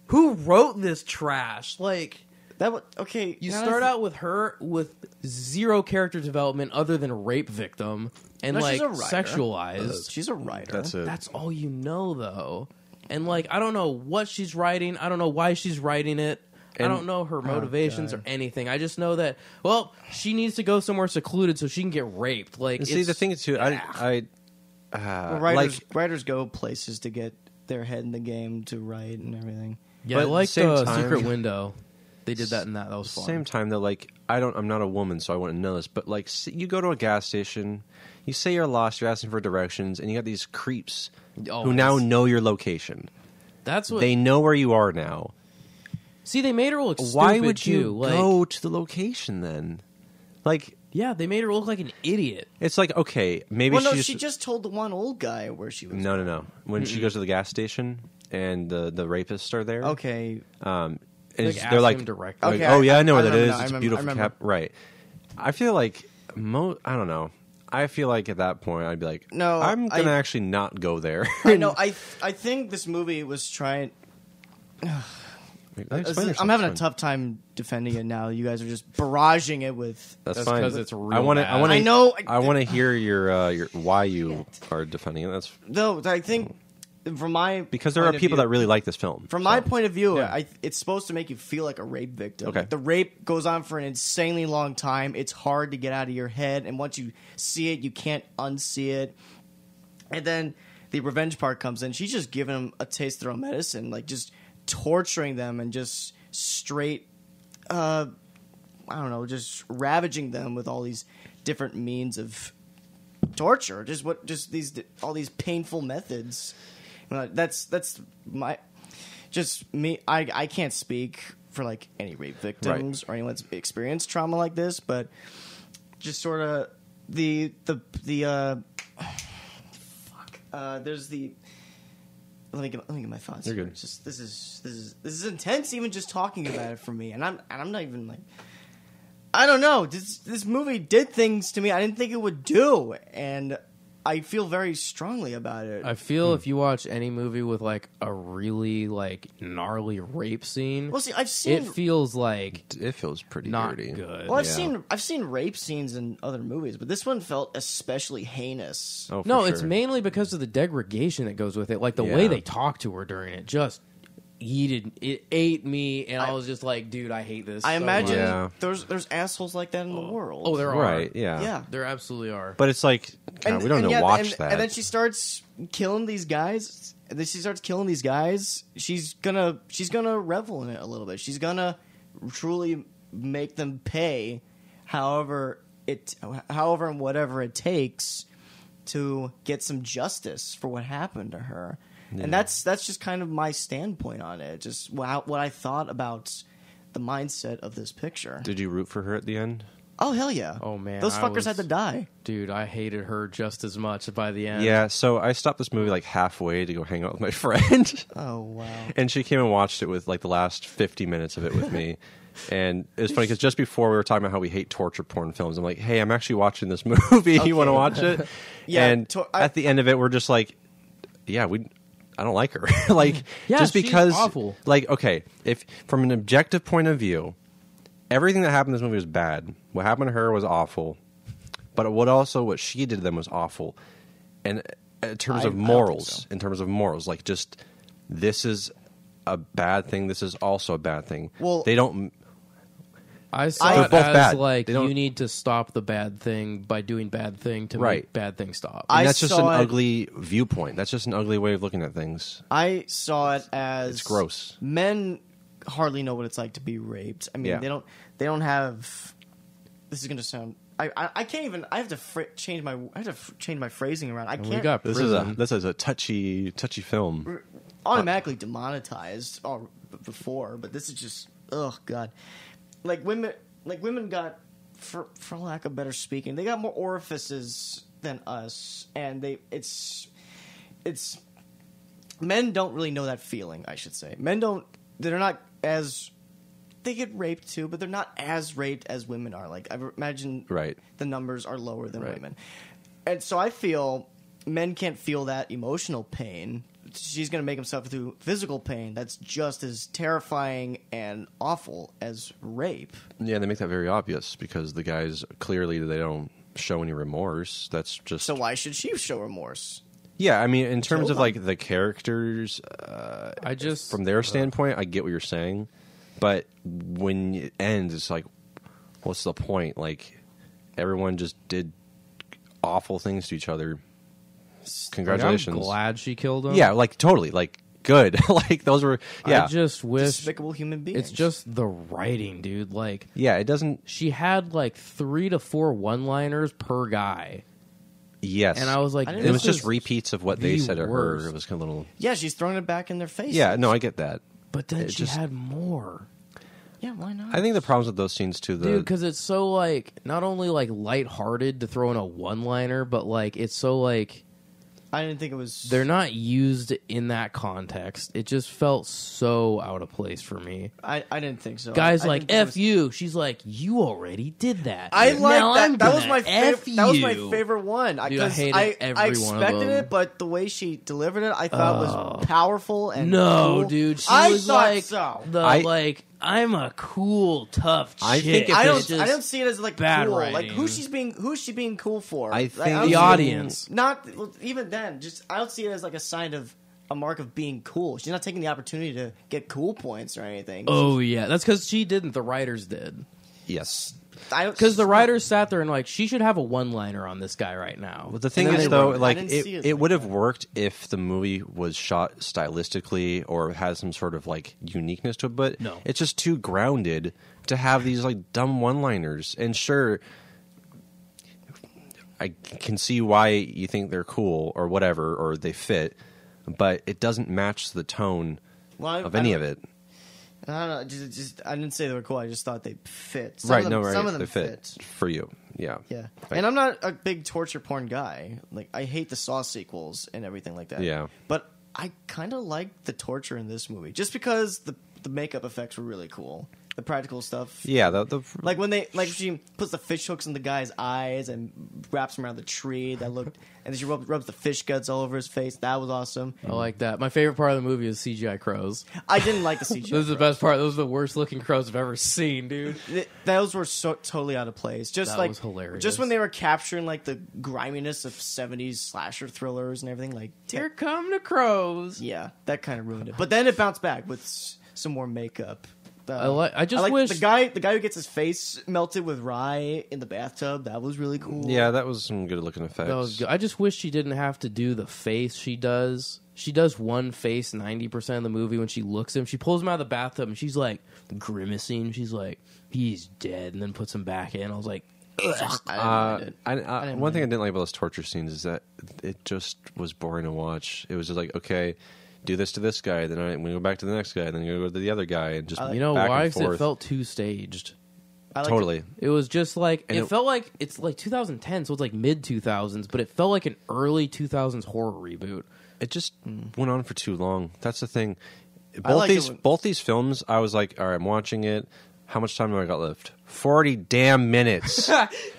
Who wrote this trash? Like
That wa- okay.
you
now that I
start
thi-
out with her with zero character development other than rape victim and
No,
like
she's a writer.
sexualized.
She's a writer.
that's it.
That's all you know, though. And like, I don't know what she's writing. I don't know why she's writing it. I
And- Oh,
don't know her motivations or anything. I just know that well, she needs to go somewhere secluded so she can get raped. Like,
And see
it's-
the thing is, too, I I uh, like
writers, writers go places to get their head in the game to write and everything.
yeah,
but
I
at the
like
same
the
time-
secret window. They did that and that. That was fun.
same time though like i don't i'm not a woman so i wouldn't know this but like s- you go to a gas station you say you're lost you're asking for directions and you got these creeps
Oh,
who now
it's-
know your location
That's what
they know where you are now
see. They made her look.
why
stupid,
would you
too. Like,
go to the location then like
Yeah, they made her look like an idiot.
it's like okay maybe
Well, no,
she,
she just told the one old guy where she was.
no no no when she goes to the gas station and the the rapists are there
Okay.
and
Like,
it's-
ask
they're like,
him direct-
like,
Okay,
oh
I-
yeah, I know
I
what that is.
remember now,
It's
I
a
remember-
beautiful
I remember.
cap, right? I feel like mo. I don't know. I feel like at that point I'd be like,
No,
I'm
I-
gonna actually not go there.
I know. I I think this movie was trying.
Explain
This is-
yourself,
I'm having a
it's fine.
tough time defending it now. You guys are just barraging it with.
That's
That's
fine.
'cause it's real
I want to. I
bad.
want to.
I know, I-
I want to hear your uh, your why you are defending it. That's
No, I think from my
because there are
point of
people
view-
that really like this film.
From my point of view, I, it's supposed to make you feel like a rape victim.
Okay.
Like, the rape goes on for an insanely long time. It's hard to get out of your head, and once you see it, you can't unsee it. And then the revenge part comes in. She's just giving them a taste of their own medicine, like just torturing them and just straight, uh, I don't know, just ravaging them with all these different means of torture. Just what, just these, all these painful methods. Uh, that's that's my, just me. I I can't speak for like any rape victims or anyone's experienced trauma like this, but just sort of the the the uh, fuck. Uh, there's the. Let me get let me get my thoughts.
You're
here.
good.
It's Just this is this is this is intense. Even just talking about it for me, and I'm and I'm not even like. I don't know. This this movie did things to me I didn't think it would do, and I feel very strongly about it.
I
Hmm.
feel if you watch any movie with like a really like gnarly rape scene,
well, see, I've
it
seen
feels like
It feels pretty
not
dirty.
good.
Well, I've
Yeah.
seen I've seen rape scenes in other movies, but this one felt especially heinous.
Oh, for
no, it's
sure.
mainly because of the degradation that goes with it. Like the
Yeah.
way they talk to her during it, just eated it ate me, and I,
I-
was just like, dude, I hate this.
I
so
imagine
much.
Yeah.
there's there's assholes like that in the world.
Oh, there are.
right. Yeah.
yeah.
There absolutely are.
But it's like God, we don't
and
know.
yeah,
watch
and,
that.
And then she starts killing these guys. And then she starts killing these guys. She's gonna she's gonna revel in it a little bit. She's gonna truly make them pay, however it however and whatever it takes to get some justice for what happened to her. And that's that's just kind of my standpoint on it. Just what what I thought about the mindset of this picture.
Did you root for her at the end?
Oh hell yeah!
Oh, man,
those
I
fuckers
was-
had to die.
dude, I hated her just as much by the end.
Yeah. So I stopped this movie like halfway to go hang out with my friend.
Oh wow.
and she came and watched it with like the last 50 minutes of it with me and it was funny because just before we were talking about how we hate torture porn films i'm like hey i'm actually watching this movie you want to watch it
Yeah,
and
tor- I-
at the end of it we're just like yeah we i don't like her like
Yeah,
just
she's
because
awful.
like okay if from an objective point of view everything that happened in this movie was bad what happened to her was awful but what also what she did to them was awful and uh, in terms
I- I
of
don't think
morals
so.
in terms of morals like just this is a bad thing this is also a bad thing
Well-
they don't
I saw
They're
it
both
as
bad.
like
They don't-
you need to stop the bad thing by doing bad thing to
Right.
make bad thing stop.
I
And that's just an
saw it-
ugly viewpoint. That's just an ugly way of looking at things.
I saw it as
It's gross.
Men hardly know what it's like to be raped. I mean,
Yeah.
they don't. They don't have. This is going to sound. I, I I can't even. I have to fr- change my. I have to fr- change my phrasing around. I can't.
we got
This
prison.
is a this is a touchy touchy film.
automatically demonetized or b- before, but this is just oh god. Like women, like women got for for lack of better speaking, they got more orifices than us, and they it's it's men don't really know that feeling. I should say men don't. They're not as they get raped too, but they're not as raped as women are. Like I imagine,
Right.
The numbers are lower than
Right.
women, and so I feel men can't feel that emotional pain. She's going to make him suffer through physical pain that's just as terrifying and awful as rape.
Yeah, they make that very obvious because the guys clearly they don't show any remorse. That's just
So why should she show remorse?
yeah. I mean, in terms
Kill
of
them.
like the characters
I just
from their standpoint, I get what you're saying, but when it ends, it's like, what's the point? Like, everyone just did awful things to each other.
like,
Congratulations.
I'm glad she killed him.
Yeah, like totally, like good. like those were yeah,
I just wish
Despicable human being.
it's just the writing, dude. Like
yeah. It doesn't.
she had like three to four one-liners per guy,
Yes,
and I was like,
I didn't
it
this
was just
is-
repeats of what they
the
said to her.
worst.
It was kind of little.
yeah, she's throwing it back in their face.
Yeah, no, I get that.
But then
It
she
just-
had more.
yeah, why not?
I think the problems with those scenes too. The
Dude, because it's so like not only like lighthearted to throw in a one-liner, but like it's so like
I didn't think it was.
they're not used in that context. It just felt so out of place for me.
I, I didn't think so.
Guys,
Uh, I- I
like
think there
f
was-
you. She's like, you already did that.
I
Now
like
I'm
that. That was
gonna
my
f
favorite. That was my
you."
favorite one. I,
Dude, I
'cause
hated
I,
every
I
one of
expected
them. Oh.
it, but the way she delivered it, I thought was powerful and
No,
cool.
dude, she
I
was
thought
like
so.
the
I-
like I'm a cool, tough chick.
I think if
I
it
don't.
was
I don't see it as like
bad
cool.
writing.
Like who she's being. Who she's being cool for.
I
Like,
think
don't
the
see it-
audience.
Not well, even then. Just I don't see it as like a sign of a mark of being cool. She's not taking the opportunity to get cool points or anything.
Oh yeah, that's because she didn't. The writers did
yes,
I don't
because the writers sat there and like she should have a one liner on this guy right now.
But the thing
then
is,
they
though,
wrote it. I
like
didn't
it,
see it
it,
like
would have worked if the movie was shot stylistically or had some sort of like uniqueness to it. But
No.
it's just too grounded to have these like dumb one-liners. And sure, I can see why you think they're cool or whatever or they fit, but it doesn't match the tone
Well, I-
of
I
any
don't-
of it.
I don't know. Just, just I didn't say they were cool. I just thought they fit. Some
right?
Of them,
no, right?
Some of them
they fit, for you. Yeah.
Yeah,
Right.
and I'm not a big torture porn guy. Like I hate the Saw sequels and everything like that.
Yeah.
but I kind of like the torture in this movie, just because the the makeup effects were really cool. The practical stuff.
Yeah. The, the
Like when they like she puts the fish hooks in the guy's eyes and wraps him around the tree. That looked, and then she rubs, rubs the fish guts all over his face. That was awesome.
I like that. My favorite part of the movie is CGI crows.
I didn't like the CGI.
This is the best part. Those are the worst looking crows I've ever seen, dude.
Th- those were so totally out of place. Just
That
like
was hilarious.
Just when they were capturing like the griminess of '70s slasher thrillers and everything. Like,
Here come the crows.
yeah, that kind of ruined it. But then it bounced back with s- some more makeup. Uh,
I like. I just
I like
wish
the guy, the guy who gets his face melted with rye in the bathtub. That was really cool.
yeah, that was some good-looking effects.
That was good. I just wish she didn't have to do the face she does. She does one face ninety percent of the movie when she looks at him. She pulls him out of the bathtub and she's like grimacing. She's like, "He's dead," and then puts him back in. I was like,
I didn't mind
Uh,
it.
I, I,
didn't
one
mind
thing I didn't like about those torture scenes is that it just was boring to watch. It was just like, okay, do this to this guy, then I, we go back to the next guy, then go to the other guy, and just
"You know
back
why?"
and
'Cause It
forth.
felt too staged.
I liked
totally.
It was just like it,
And it-
felt like it's like 2010, so it's like mid 2000s, but it felt like an early 2000s horror reboot.
It just went on for too long. That's the thing.
Mm. I
Both
liked it
these
when-
both these films, I was like, all right, I'm watching it. How much time do I got left? Forty damn minutes.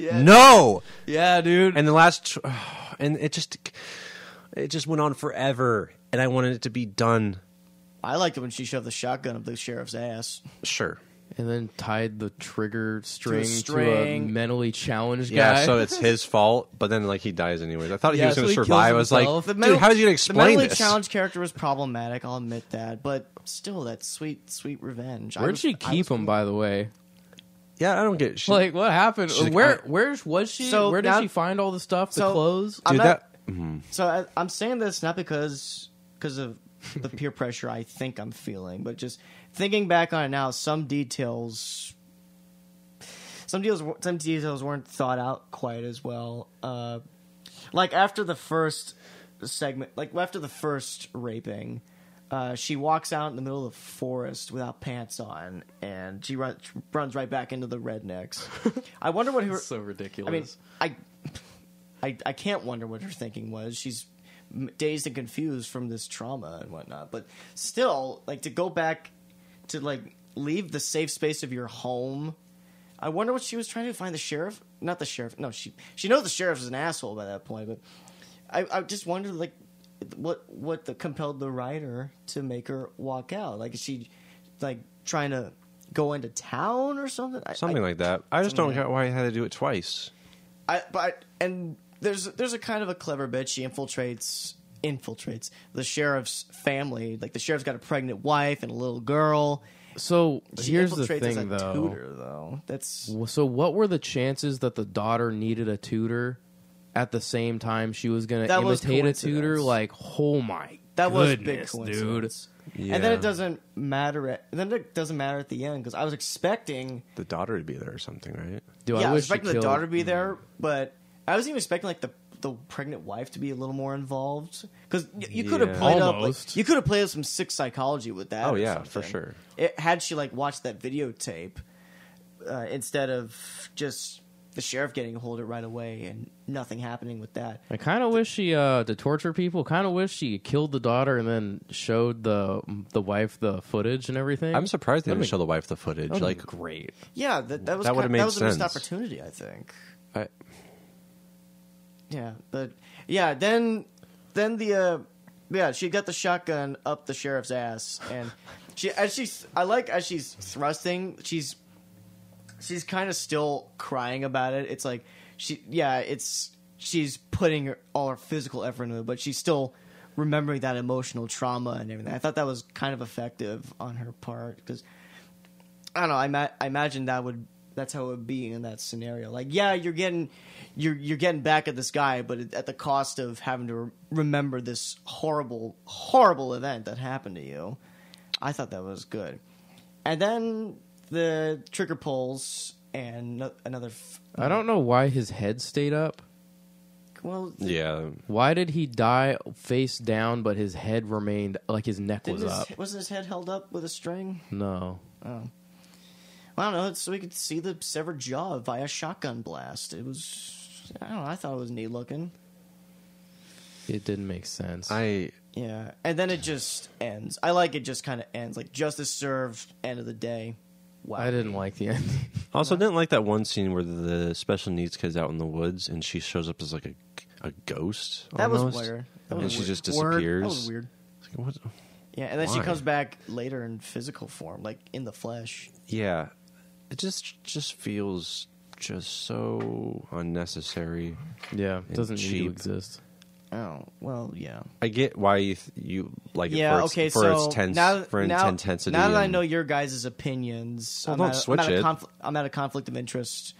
No,
Yeah, dude.
and the last, and it just, it just went on forever, and I wanted it to be done.
I liked it when she shoved the shotgun up the sheriff's ass.
Sure.
And then tied the trigger string to a,
string.
mentally challenged
Yeah,
guy.
so it's his fault, but then like he dies anyways. I thought he
Yeah,
was
so
going
he
to
kills
survive. I was like,
himself. The
dude, how is he going to
The
explain
mentally
this?
challenged character was problematic. I'll admit that, but still, that sweet, sweet revenge. I
Where'd
was-
she
I
keep
was-
him, by the way?
Yeah, I don't get. She,
Like what happened?
She's like,
where
I-
where was she?
So
where did
now-
she find all the stuff? The
so-
clothes?
I'm
dude,
not-
that mhm.
So I, I'm saying this not because because of the peer pressure I think I'm feeling, but just thinking back on it now, some details, some deals, some details weren't thought out quite as well. Uh, like after the first segment, like after the first raping. Uh, she walks out in the middle of the forest without pants on, and she runs runs right back into the rednecks. I wonder what her
so
I
ridiculous.
mean, I, I, I can't wonder what her thinking was. She's m- dazed and confused from this trauma and whatnot. But still, like to go back to like leave the safe space of your home. I wonder what she was trying to find the sheriff. Not the sheriff. No, she she knows the sheriff is an asshole by that point. But I, I just wonder like what what the, compelled the writer to make her walk out. Like is she like trying to go into town or something? I- I-
something like that. I just don't
something like
get why I had to do it twice.
I but and there's there's a kind of a clever bit. She infiltrates infiltrates the sheriff's family. Like the sheriff's got a pregnant wife and a little girl.
so
She
here's the
infiltrates
thing,
as a
though.
tutor though. That's
Well, So what were the chances that the daughter needed a tutor at the same time she was going to
That was
imitate a tutor?
coincidence.
Like, oh my
that was big
goodness, dude.
coincidence. And then it doesn't matter. At, then it doesn't matter at the end because I was expecting.
The daughter would be there or something, right?
Dude,
yeah, I,
I
was
wish she
expecting the
killed-
daughter to be there, but I was even expecting like the the pregnant wife to be a little more involved because you could have
Yeah.
played up like,
Almost.
you could have played up some sick psychology with that.
Oh,
or
yeah, for
something.
sure.
It, had she like watched that videotape uh, instead of just the sheriff getting a hold of it right away and nothing happening with that.
I kind of wish she uh to torture people. Kind of wish she killed the daughter and then showed the the wife the footage and everything.
I'm surprised they didn't
That'd
show the wife the footage.
That'd
Like,
be great.
Yeah, that that was
That
kind-
would've made
that was a
sense.
missed opportunity, I think.
I,
Yeah, but yeah, then then the uh yeah, she got the shotgun up the sheriff's ass and she as she's I like as she's thrusting, she's she's kind of still crying about it. It's like she yeah, it's she's putting her, all her physical effort into it, but she's still remembering that emotional trauma and everything. I thought that was kind of effective on her part cuz I don't know. I, ma- I imagine that would that's how it would be in that scenario. Like, yeah, you're getting you're you're getting back at this guy, but it, at the cost of having to re- remember this horrible horrible event that happened to you. I thought that was good. And then the trigger pulls and no- another f-
I don't know why his head stayed up.
well
yeah,
Why did he die face down, but his head remained like his neck
didn't
was
his,
up?
wasn't his head held up with a string?
No,
I don't know, it's so we could see the severed jaw via shotgun blast. It was I don't know, I thought it was neat looking.
it didn't make sense.
I
Yeah, and then it just ends. I like it just kind of ends, like justice served, end of the day. Wow.
I didn't like the ending.
also didn't like that one scene where the special needs kid's out in the woods and she shows up as like a, a ghost.
That was
almost.
weird. That
And
was
she
weird.
just
Word.
disappears.
That was weird.
It's like, what?
Yeah, and then she
Why?
comes back later in physical form, like in the flesh.
Yeah, it just just feels just so unnecessary.
Yeah,
And
doesn't need
cheap.
to exist.
Oh well, yeah.
I get why you, th- you like
yeah.
it for its,
okay.
for
so
its tense
now,
for
now,
intensity.
now that I
and-
know your guys' opinions,
Well,
I'm,
don't
at,
switch
I'm, at
it.
a confl- I'm at a conflict of interest.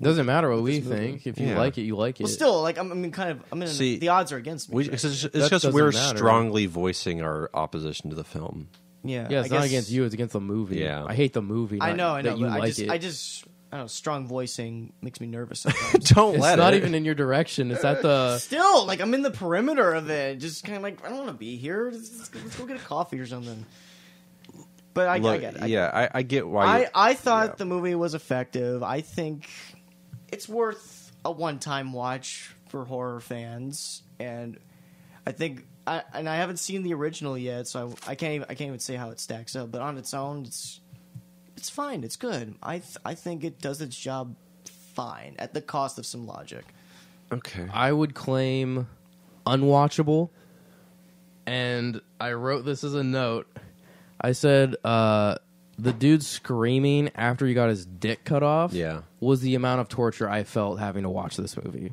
Doesn't matter what we think. If you
Yeah.
like it, you like it.
Well, still, like I'm, I'm kind of. I'm in.
See,
the odds are against me.
we,
right?
it's just,
That
it's just
doesn't
we're
matter.
strongly voicing our opposition to the film.
yeah.
yeah,
I
it's not
guess-
against you. It's against the movie.
Yeah.
I hate the movie.
I
not
know. I know.
That you
but
like
I just.
it.
I just. I don't know. Strong voicing makes me nervous. Sometimes.
Don't
it's
let
not
it.
even in your direction. It's at the.
still like i'm in the perimeter of it just kind of like i don't want to be here let's, let's- let's go get a coffee or something but i, I
Look,
get it I, get
yeah, I, I get
it.
why. you-
I, I thought
yeah.
the movie was effective i think it's worth a one-time watch for horror fans and i think I, and i haven't seen the original yet so I, I can't even i can't even say how it stacks up but on its own it's it's fine it's good i th- i think it does its job fine at the cost of some logic
okay.
I would claim unwatchable. And I wrote this as a note. I said uh, the dude screaming after he got his dick cut off.
Yeah.
was the amount of torture I felt having to watch this movie.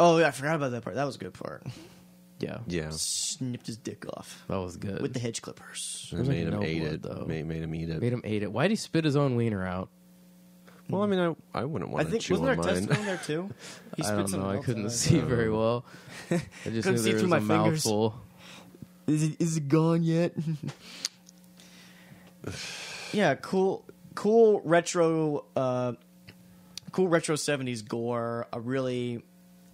oh yeah i forgot about that part that was a good part
Yeah,
yeah,
snipped his dick off
that was good.
with the hedge clippers.
And
like
made him
no
eat
blood,
it.
though.
Made, made him eat it.
Made him ate it. Why'd he spit his own wiener out?
Well, I mean, I, I wouldn't
I
want to
think
chew
wasn't there
on
a
mine.
testimony there too? He
I don't
something
know. I
else
couldn't
out.
see very well. I just
Couldn't
knew
see
there was
through my
a
fingers.
mouthful.
Is it is it gone yet? yeah, cool, cool retro, uh, cool retro seventies gore. A really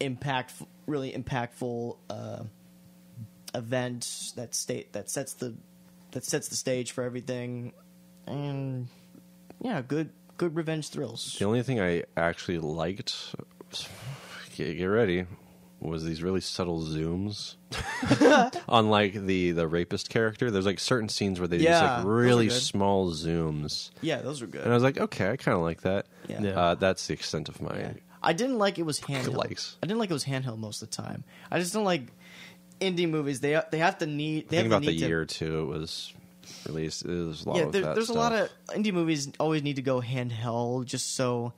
impactful, really impactful uh, event that state that sets the that sets the stage for everything. And yeah, good good revenge thrills.
The only thing I actually liked, get, get ready, was these really subtle zooms on like the the rapist character. There's like certain scenes where they do
Yeah,
just like
those are
really
good.
small zooms,
Yeah, those were good.
and I was like, okay, I kind of like that.
Yeah. Yeah.
Uh, that's the extent of my.
I didn't like it was handheld.
Likes.
I didn't like it was handheld most of the time. I just don't like indie movies. They they have to need. They
Think about
have to
the
need to-
year or two it was released. It was a lot
Yeah,
of
there,
that
there's a lot
stuff.
of indie movies always need to go handheld just so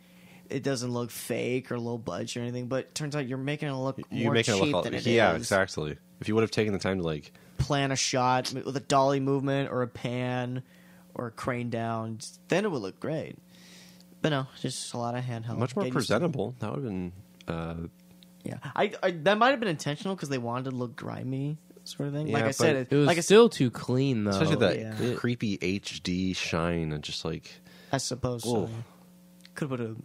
it doesn't look fake or low budget or anything. But it turns out you're making it look
you
more
make it
cheap
look a lot-
than it is.
yeah exactly. If you would have taken the time to like
Plan a shot with a dolly movement or a pan or a crane down, then it would look great. But no, just a lot of handheld.
much more
Get used to it.
presentable, that would have been. Uh,
Yeah, I, I that might have been intentional because they wanted to look grimy, sort of thing. like
Yeah,
I said, it,
It was
like I said,
still too clean though.
especially that
Oh, yeah.
creepy HD shine and just like
I suppose so.
Oof.
could put a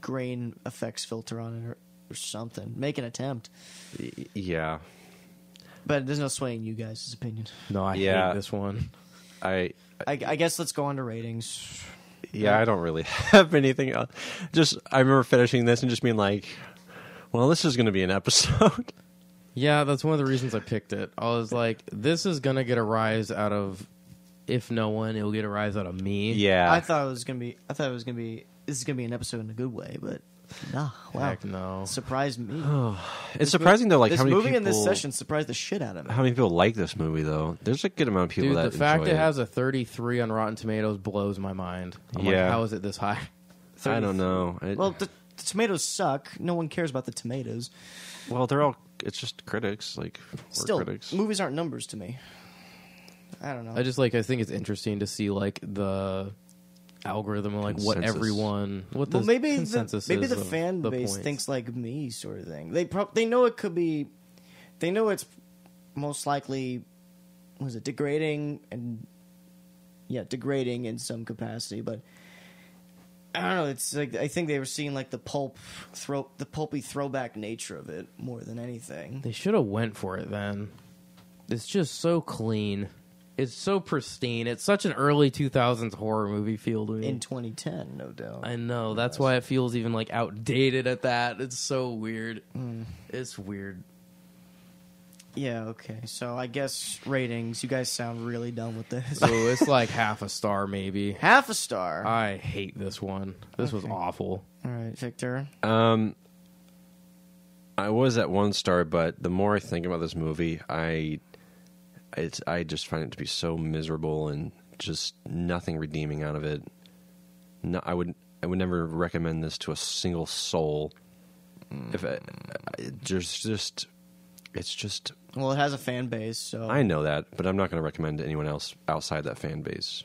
grain effects filter on it or, or something. Make an attempt,
y- yeah,
but there's no swaying you guys' opinion.
No, I
Yeah.
hate this one.
I
I, I guess let's go on to ratings.
yeah, I don't really have anything else. Just I remember finishing this and just being like, well, this is going to be an episode.
Yeah, that's one of the reasons I picked it. I was like, this is gonna get a rise out of if no one, it'll get a rise out of me.
yeah,
I thought it was gonna be. I thought it was gonna be. This is gonna be an episode in a good way, but nah. Wow,
Heck no.
surprised me.
it's surprising though, like
this
how many
movie
people
in this session surprised the shit out of me.
How many people like this movie though? There's a good amount of people
Dude,
that
the fact
enjoy
it has a 33 on Rotten Tomatoes blows my mind. I'm
Yeah.
like, how is it this high?
I don't know. I-
Well,
well,
the, the tomatoes suck. No one cares about the tomatoes.
they're all. It's just critics, like we're
Still,
critics.
movies aren't numbers to me. I don't know.
I just like I think it's interesting to see like the algorithm and like what
Consensus.
everyone what the
well, maybe the,
consensus
maybe
is
the
of
fan
the
base
points.
thinks like me, sort of thing. They prob- they know it could be, they know it's most likely was it degrading and yeah, degrading in some capacity, but. I don't know. It's like I think they were seeing like the pulp, throw the pulpy throwback nature of it more than anything.
They should have went for it then. It's just so clean. It's so pristine. It's such an early 2000s horror movie feel to me.
In 2010, no doubt.
I know. That's why it feels even like outdated at that. It's so weird.
Mm.
It's weird.
Yeah, okay. So I guess ratings. You guys sound really done with this.
So it's like half a star maybe.
Half a star.
I hate this one. This was awful.
All right, Victor.
Um, I was at one star, but the more I think about this movie, I it's I just find it to be so miserable and just nothing redeeming out of it. No, I would I would never recommend this to a single soul. If I, I, there's just it's just
Well, it has a fan base, so
I know that, but I'm not going to recommend to anyone else outside that fan base.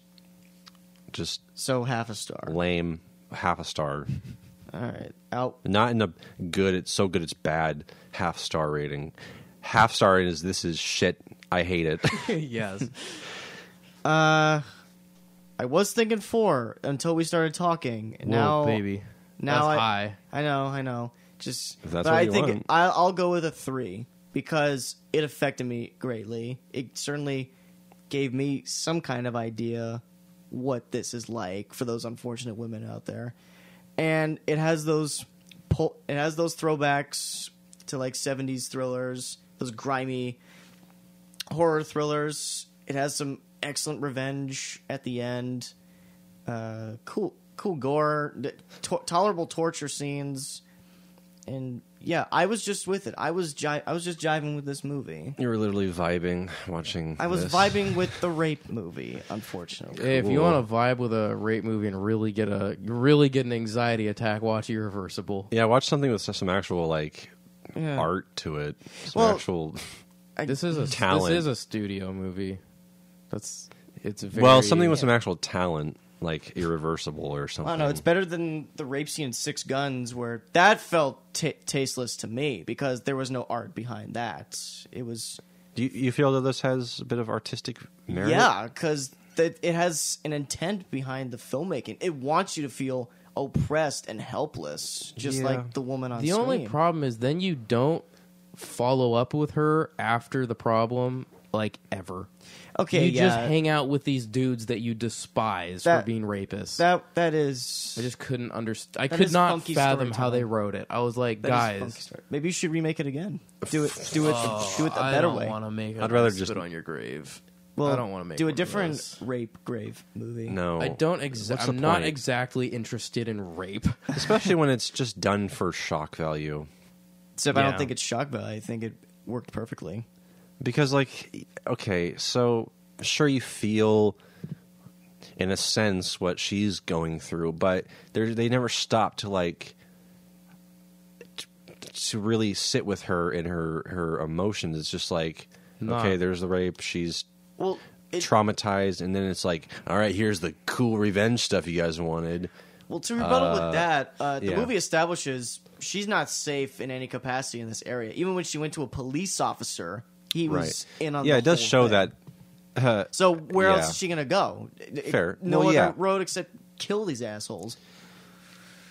Just
so half a star.
lame, half a star.
All right, out.
not in a good it's so good it's bad half star rating half star is this is shit i hate it
yes.
I was thinking four until we started talking. and
Whoa,
now,
baby.
now
That's
I,
high.
I know, I know. Just
If that's
but
what
I
you
think
want.
I, I'll go with a three because it affected me greatly. It certainly gave me some kind of idea what this is like for those unfortunate women out there, and it has those pul- it has those throwbacks to like '70s thrillers, those grimy horror thrillers. It has some excellent revenge at the end. Uh, cool, cool gore, d- to- tolerable torture scenes, and yeah, I was just with it. I was ji- I was just jiving with this movie.
you were literally vibing watching
I was
this.
vibing with the rape movie, unfortunately.
If you
Cool.
want to vibe with a rape movie and really get a really get an anxiety attack, watch Irreversible.
yeah watch something with some actual like
Yeah.
art to it some
Well-
actual
This is a
Talent.
this is a studio movie. That's it's very,
well something with some actual talent like irreversible or something.
I don't know. It's better than the rape scene in Six Guns, where that felt ta tasteless to me because there was no art behind that. It was
Do you, you feel that this has a bit of artistic merit?
yeah, because it has an intent behind the filmmaking. It wants you to feel oppressed and helpless, just
Yeah.
like the woman on
The
screen.
only problem is then you don't follow up with her after the problem like ever.
Okay,
you
yeah,
just hang out with these dudes that you despise
That-
for being rapists.
that that is
I just couldn't understand. I
That
could
is
not
funky
fathom how
storytelling.
they wrote it. I was like,
that is funky
guys,
story. Maybe you should remake it again. Do it. Do it.
Oh,
do it a
I
better
don't
way.
want to make.
I'd rather
spit
just-
on your grave.
well,
I don't want to make.
do
one
a
of
different
those.
rape grave movie.
No,
I don't. Ex-
Oh. What's the
I'm not
point?
exactly interested in rape.
especially when it's just done for shock value.
Except I don't
Yeah.
think it's shock value. I think it worked perfectly.
Because, like, okay, so sure, you feel in a sense what she's going through, but they they never stop to like t- to really sit with her and her her emotions. It's just like,
Nah.
okay, there's the rape. She's
Well, it,
traumatized, and then it's like, all right, here's the cool revenge stuff you guys wanted.
well to rebuttal with that, uh, the
yeah.
movie establishes she's not safe in any capacity in this area. Even when she went to a police officer, he was in on.
yeah,
the
it does show
whole thing.
that.
So where
yeah.
else is she gonna go? It-
Fair.
No
Well,
other
yeah.
road except kill these assholes.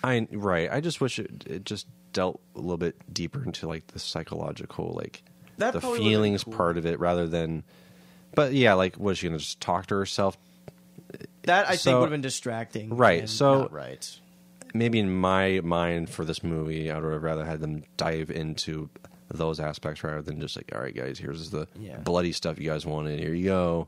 I right. I just wish it, it just dealt a little bit deeper into like the psychological, like
That
the
probably would've been
feelings
cool.
part of it, rather than. But yeah, like was she gonna just talk to herself?
That I think
So-
would have been distracting.
Right,
and
so-
not right.
Maybe in my mind for this movie, I would have rather had them dive into those aspects rather than just like, all right, guys, here's the
Yeah.
bloody stuff you guys wanted. Here you go.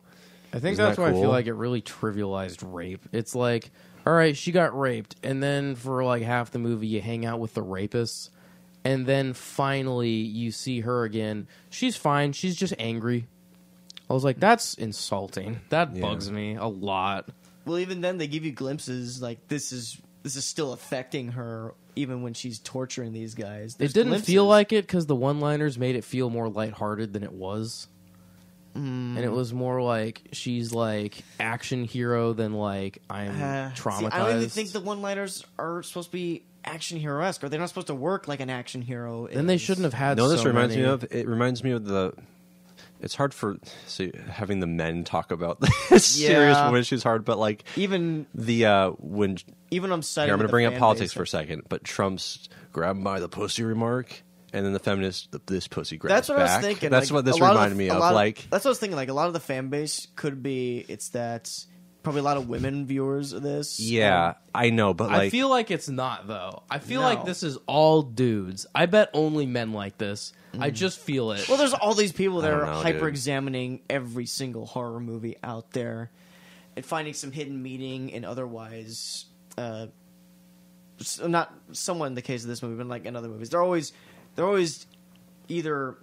I think
Isn't
that's
that
why I
cool?
feel like it really trivialized rape. It's like, all right, she got raped, and then for like half the movie, you hang out with the rapists, and then finally you see her again. She's fine. She's just angry. I was like, that's insulting. That
Yeah.
bugs me a lot.
Well, even then they give you glimpses like this is this is still affecting her even when she's torturing these guys. There's
it didn't feel
glimpses.
like it because the one-liners made it feel more lighthearted than it was,
Mm.
and it was more like she's like action hero than like I'm
Uh, see,
traumatized.
I don't even think the one-liners are supposed to be action hero-esque. Are they not supposed to work like an action hero?
then they shouldn't have had.
No, this
so
reminds me
many-
of it reminds me of the it's hard for see, having the men talk about the serious
Yeah.
women issues hard, but like
Even
the uh when
even I'm citing.
here, I'm going
the
to bring up
fan
politics
base-
for a second, but Trump's grab by the pussy remark and then the feminist this pussy grabs
That's what I
back.
was thinking.
That's
like,
what this
a lot
reminded
of,
me
a
of
lot
like
that's what I was thinking. Like a lot of the fan base could be. It's that probably a lot of women viewers of this.
yeah, I know, but like
I feel like it's not though. I feel
No.
like this is all dudes. I bet only men like this.
Mm.
I just feel it.
Well, there's all these people that
I don't
are
know, dude.
hyper examining every single horror movie out there and finding some hidden meaning and otherwise, uh, s- not someone in the case of this movie, but like in other movies, they're always they're always either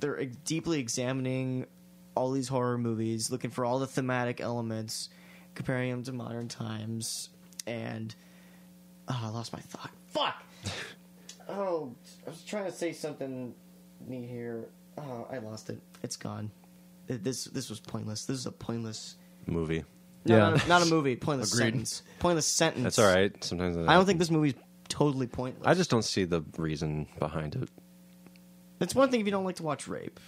they're e- deeply examining all these horror movies, looking for all the thematic elements, comparing them to modern times, and oh, I lost my thought. Fuck. Oh, I was trying to say something neat here. Oh, I lost it. It's gone. Th- This this was pointless. This is a pointless.
movie.
No,
Yeah.
not, a, not a movie. Pointless
Agreed.
sentence. Pointless sentence.
That's all right. Sometimes
I don't think this movie's totally pointless.
I just don't see the reason behind it.
That's one thing if you don't like to watch rape,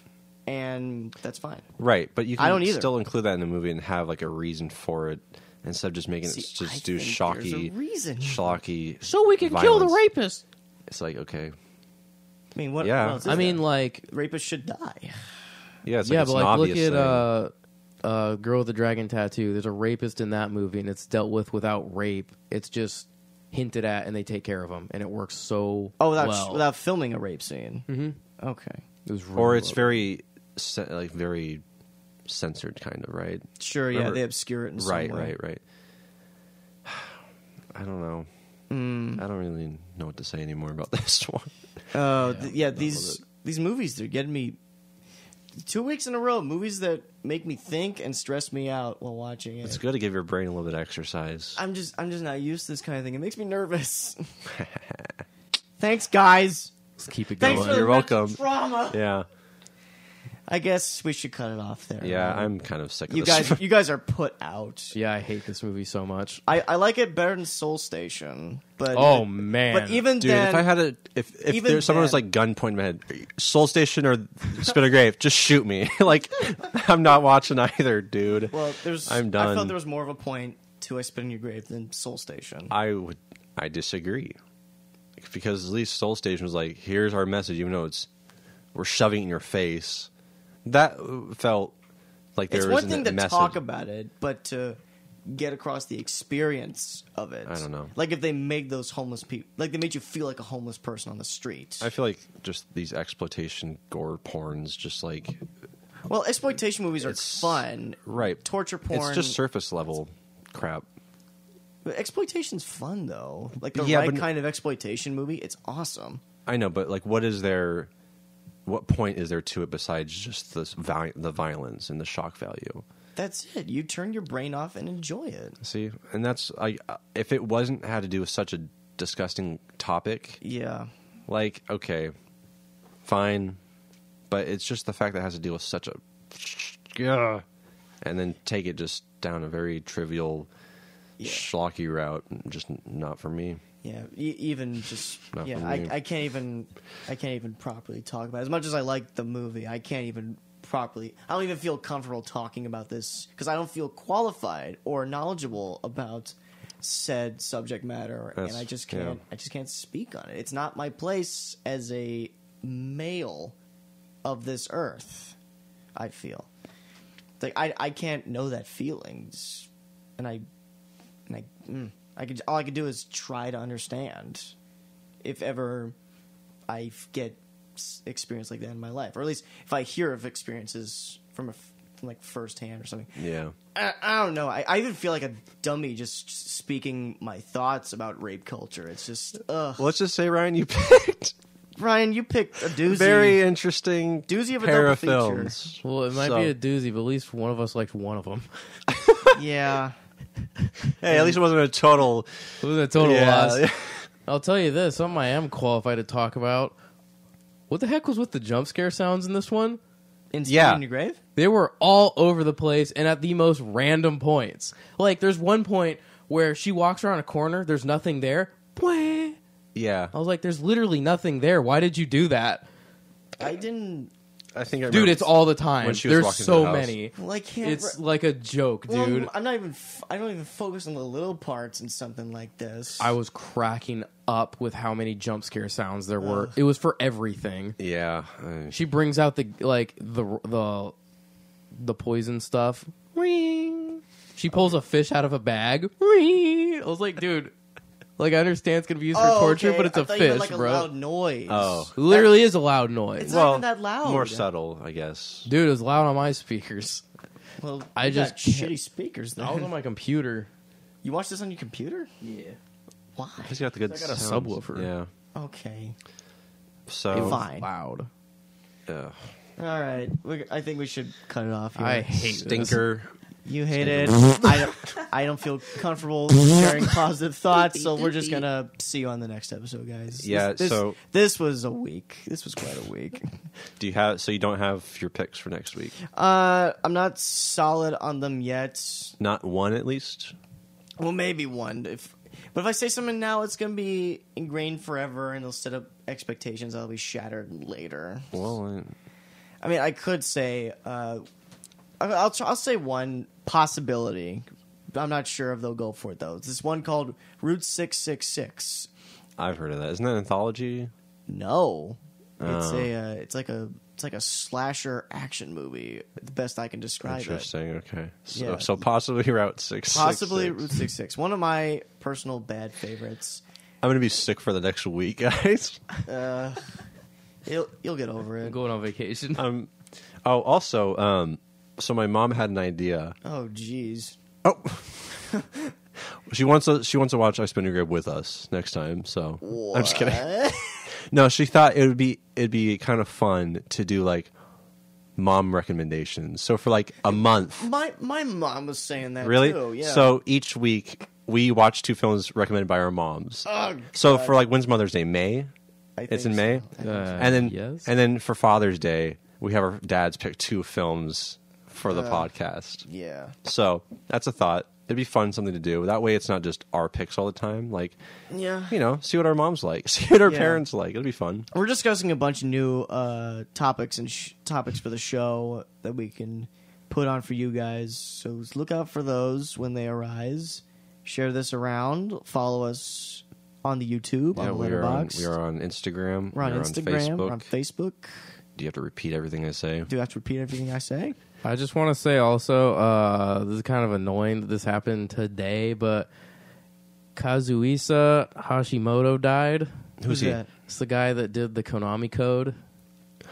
and that's fine.
Right, but you can
I don't either.
still include that in the movie and have like a reason for it instead of just making
See,
it just
I
do
think
shocky,
there's a reason.
shocky.
so we can kill Oh, the
violence.
rapist.
It's like okay,
I mean, what?
Yeah.
what else is
I mean,
there?
like
rapists should die.
yeah, it's like,
yeah,
it's
but
an
like look
obvious
at
thing.
uh, uh, girl with the dragon tattoo. There's a rapist in that movie, and it's dealt with without rape. It's just hinted at, and they take care of him, and it works so
Oh, without
well.
without filming a rape scene. Mm-hmm. Okay,
It was really
or it's
well-
very se- like very censored kind of right,
sure. Yeah,
Remember-
they obscure it in some
right,
way.
right, right. I don't know. I don't really know what to say anymore about this one.
Oh, th- yeah, these these movies they're getting me two weeks in a row. Movies that make me think and stress me out while watching it.
It's good to give your brain a little bit of exercise.
I'm just I'm just not used to this kind of thing. It makes me nervous. Thanks, guys.
Let's keep it
Thanks
going.
for the
You're
mental
welcome.
Trauma.
yeah,
I guess we should cut it off there. Um,
Yeah, I'm kind of sick of
You
this.
guys, you guys are put out.
Yeah, I hate this movie so much.
I, I like it better than Soul Station, but
Oh man!
but even
Dude,
then,
if I had a if if
even
there, someone was
then-
like gunpoint in my head, Soul Station or Spin a Grave, just shoot me. like I'm not watching either, dude.
well, there's
I'm done.
I felt there was more of a point to I Spit in Your Grave than Soul Station.
I would I disagree. Because at least Soul Station was like, here's our message, even though it's we're shoving it in your face. That uh, felt like there
it's
was
one thing
a
to
message.
talk about it, but to get across the experience of it.
I don't know.
Like if they made those homeless people, like they made you feel like a homeless person on the street.
I feel like just these exploitation gore porns just like
well, exploitation movies are
It's-
fun,
right.
Torture porn.
It's just surface level crap.
But exploitation's fun though. Like the
Yeah,
right
but-
kind of exploitation movie, it's awesome.
I know, but like, what is there? What point is there to it besides just this vi- the violence and the shock value?
That's it. You turn your brain off and enjoy it.
See, and that's I. If it wasn't had to do with such a disgusting topic,
Yeah.
like okay, fine, but it's just the fact that it has to deal with such a yeah, and then take it just down a very trivial,
Yeah.
schlocky route. Just not for me.
Yeah, e- even just
Not
yeah,
for
I,
me.
I can't even I can't even properly talk about it. as much as I like the movie. I can't even properly. I don't even feel comfortable talking about this because I don't feel qualified or knowledgeable about said subject matter,
That's-
and I just
yeah.
can't. I just can't speak on it. It's not my place as a male of this earth. I feel like I I can't know that feelings, and I and I, mm, I could all I could do is try to understand if ever I f- get s- experience like that in my life, or at least if I hear of experiences from a f- from like firsthand or something.
Yeah,
I, I don't know. I, I even feel like a dummy just s- speaking my thoughts about rape culture. It's just ugh.
let's just say Ryan, you picked
Ryan, you picked a doozy.
very interesting
Doozy of a
pair
double
of
feature.
films.
well, it might
So-
be a doozy, but at least one of us liked one of them.
yeah.
Hey, at least it wasn't a total.
It was a total
Yeah.
loss. I'll tell you this: something I am qualified to talk about. What the heck was with the jump scare sounds in this one?
In
Yeah.
in your grave.
They were all over the place and at the most random points. Like, there's one point where she walks around a corner, there's nothing there. Bwah.
Yeah,
I was like, there's literally nothing there. Why did you do that?
I didn't
I think I
Dude,
remember-
it's all the time.
when she was
There's
walking to
so
the house.
many.
well, I can't.
It's
re-
like a joke,
well,
dude.
I'm not even. F- I don't even focus on the little parts in something like this.
I was cracking up with how many jump scare sounds there were. It was for everything.
Yeah, Uh, I-
She brings out the like the the the poison stuff. Ring. She pulls a fish out of a bag. Ring. I was like, dude, like I understand it's gonna be used for
Oh,
torture,
okay.
but it's
I
a
thought you meant
fish,
like
bro.
A loud noise.
Oh.
Literally is a loud noise.
It's not even that loud.
More subtle, I guess.
dude, it was loud on my speakers.
Well,
I
you got
just can't-
shitty speakers. Then.
I was on my computer.
you watch this on your computer?
Yeah.
Why?
He's got the good.
I got a
sounds.
subwoofer.
Yeah.
Okay.
So
Fine.
Loud.
uh,
All right. We, I think we should cut it off. Here.
I hate
stinker.
you hate it. I don't. I don't feel comfortable sharing positive thoughts, so we're just gonna see you on the next episode, guys.
Yeah,
This, this-
so-
this was a week. This was quite a week.
Do you have? So you don't have your picks for next week?
Uh, I'm not solid on them yet.
Not one, at least.
Well, maybe one. If but if I say something now, it's gonna be ingrained forever, and it'll set up expectations that'll be shattered later.
Well,
I mean, I could say uh, I- I'll tr- I'll say one possibility. I'm not sure if they'll go for it though. It's This one called Route Six Six Six.
I- I've heard of that. Isn't that an anthology?
No, it's
Oh.
a uh, it's like a it's like a slasher action movie. The best I can describe it.
Interesting. Okay. So,
Yeah.
so possibly Route Six.
Possibly
six,
Route
six.
Six Six. One of my personal bad favorites.
I'm gonna be sick for the next week, guys.
You'll you'll get over it.
I'm going on vacation.
Um. Oh, also, um. So my mom had an idea.
Oh, jeez.
Oh. She wants to. She wants to watch I Spin Your Grave with us next time. So I'm just kidding. No, she thought it would be it'd be kind of fun to do like mom recommendations. So for like a month,
My my mom was saying that
really.
too. Yeah.
So each week we watch two films recommended by our moms.
Oh,
so
God.
for like when's Mother's Day? May.
I
It's
think
in May,
so.
Uh,
and then
yes.
and then for Father's Day we have our dads pick two films for the
Uh.
podcast.
Yeah.
So that's a thought. It'd be fun something to do. That way, it's not just our picks all the time. Like,
Yeah.
you know, see what our moms like, see what our
Yeah.
parents like. It'll be fun.
We're discussing a bunch of new uh, topics and sh- topics for the show that we can put on for you guys. So just look out for those when they arise. Share this around. Follow us on the YouTube,
Yeah,
on
Um, we
the
are on,
Letterboxd.
we are on Instagram.
We're on
we are
Instagram.
Facebook.
we're on Facebook.
Do you have to repeat everything I say?
Do I have to repeat everything I say?
I just want to say also, uh, this is kind of annoying that this happened today, but Kazuisa Hashimoto died.
Who's he?
that?
It's the guy that did the Konami code.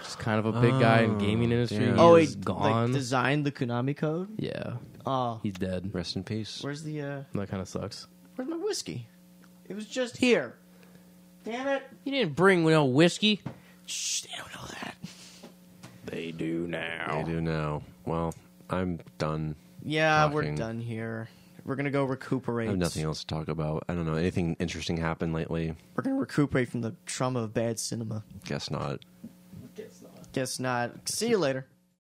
Just kind of a big guy in
Oh,
gaming industry.
damn.
He
Oh,
oh,
he
he's gone.
like designed the Konami code.
yeah,
Oh,
he's dead.
Rest in peace.
where's the uh,
That kind of sucks.
where's my whiskey? It was just here. Damn it!
You didn't bring no whiskey.
Shh, they don't know that.
They do now.
I do now. Well, I'm done.
Yeah, we're
Talking.
done here. We're gonna go recuperate.
I have nothing else to talk about. I don't know. Anything interesting happened lately?
We're gonna recuperate from the trauma of bad cinema.
Guess not.
Guess not. See you later.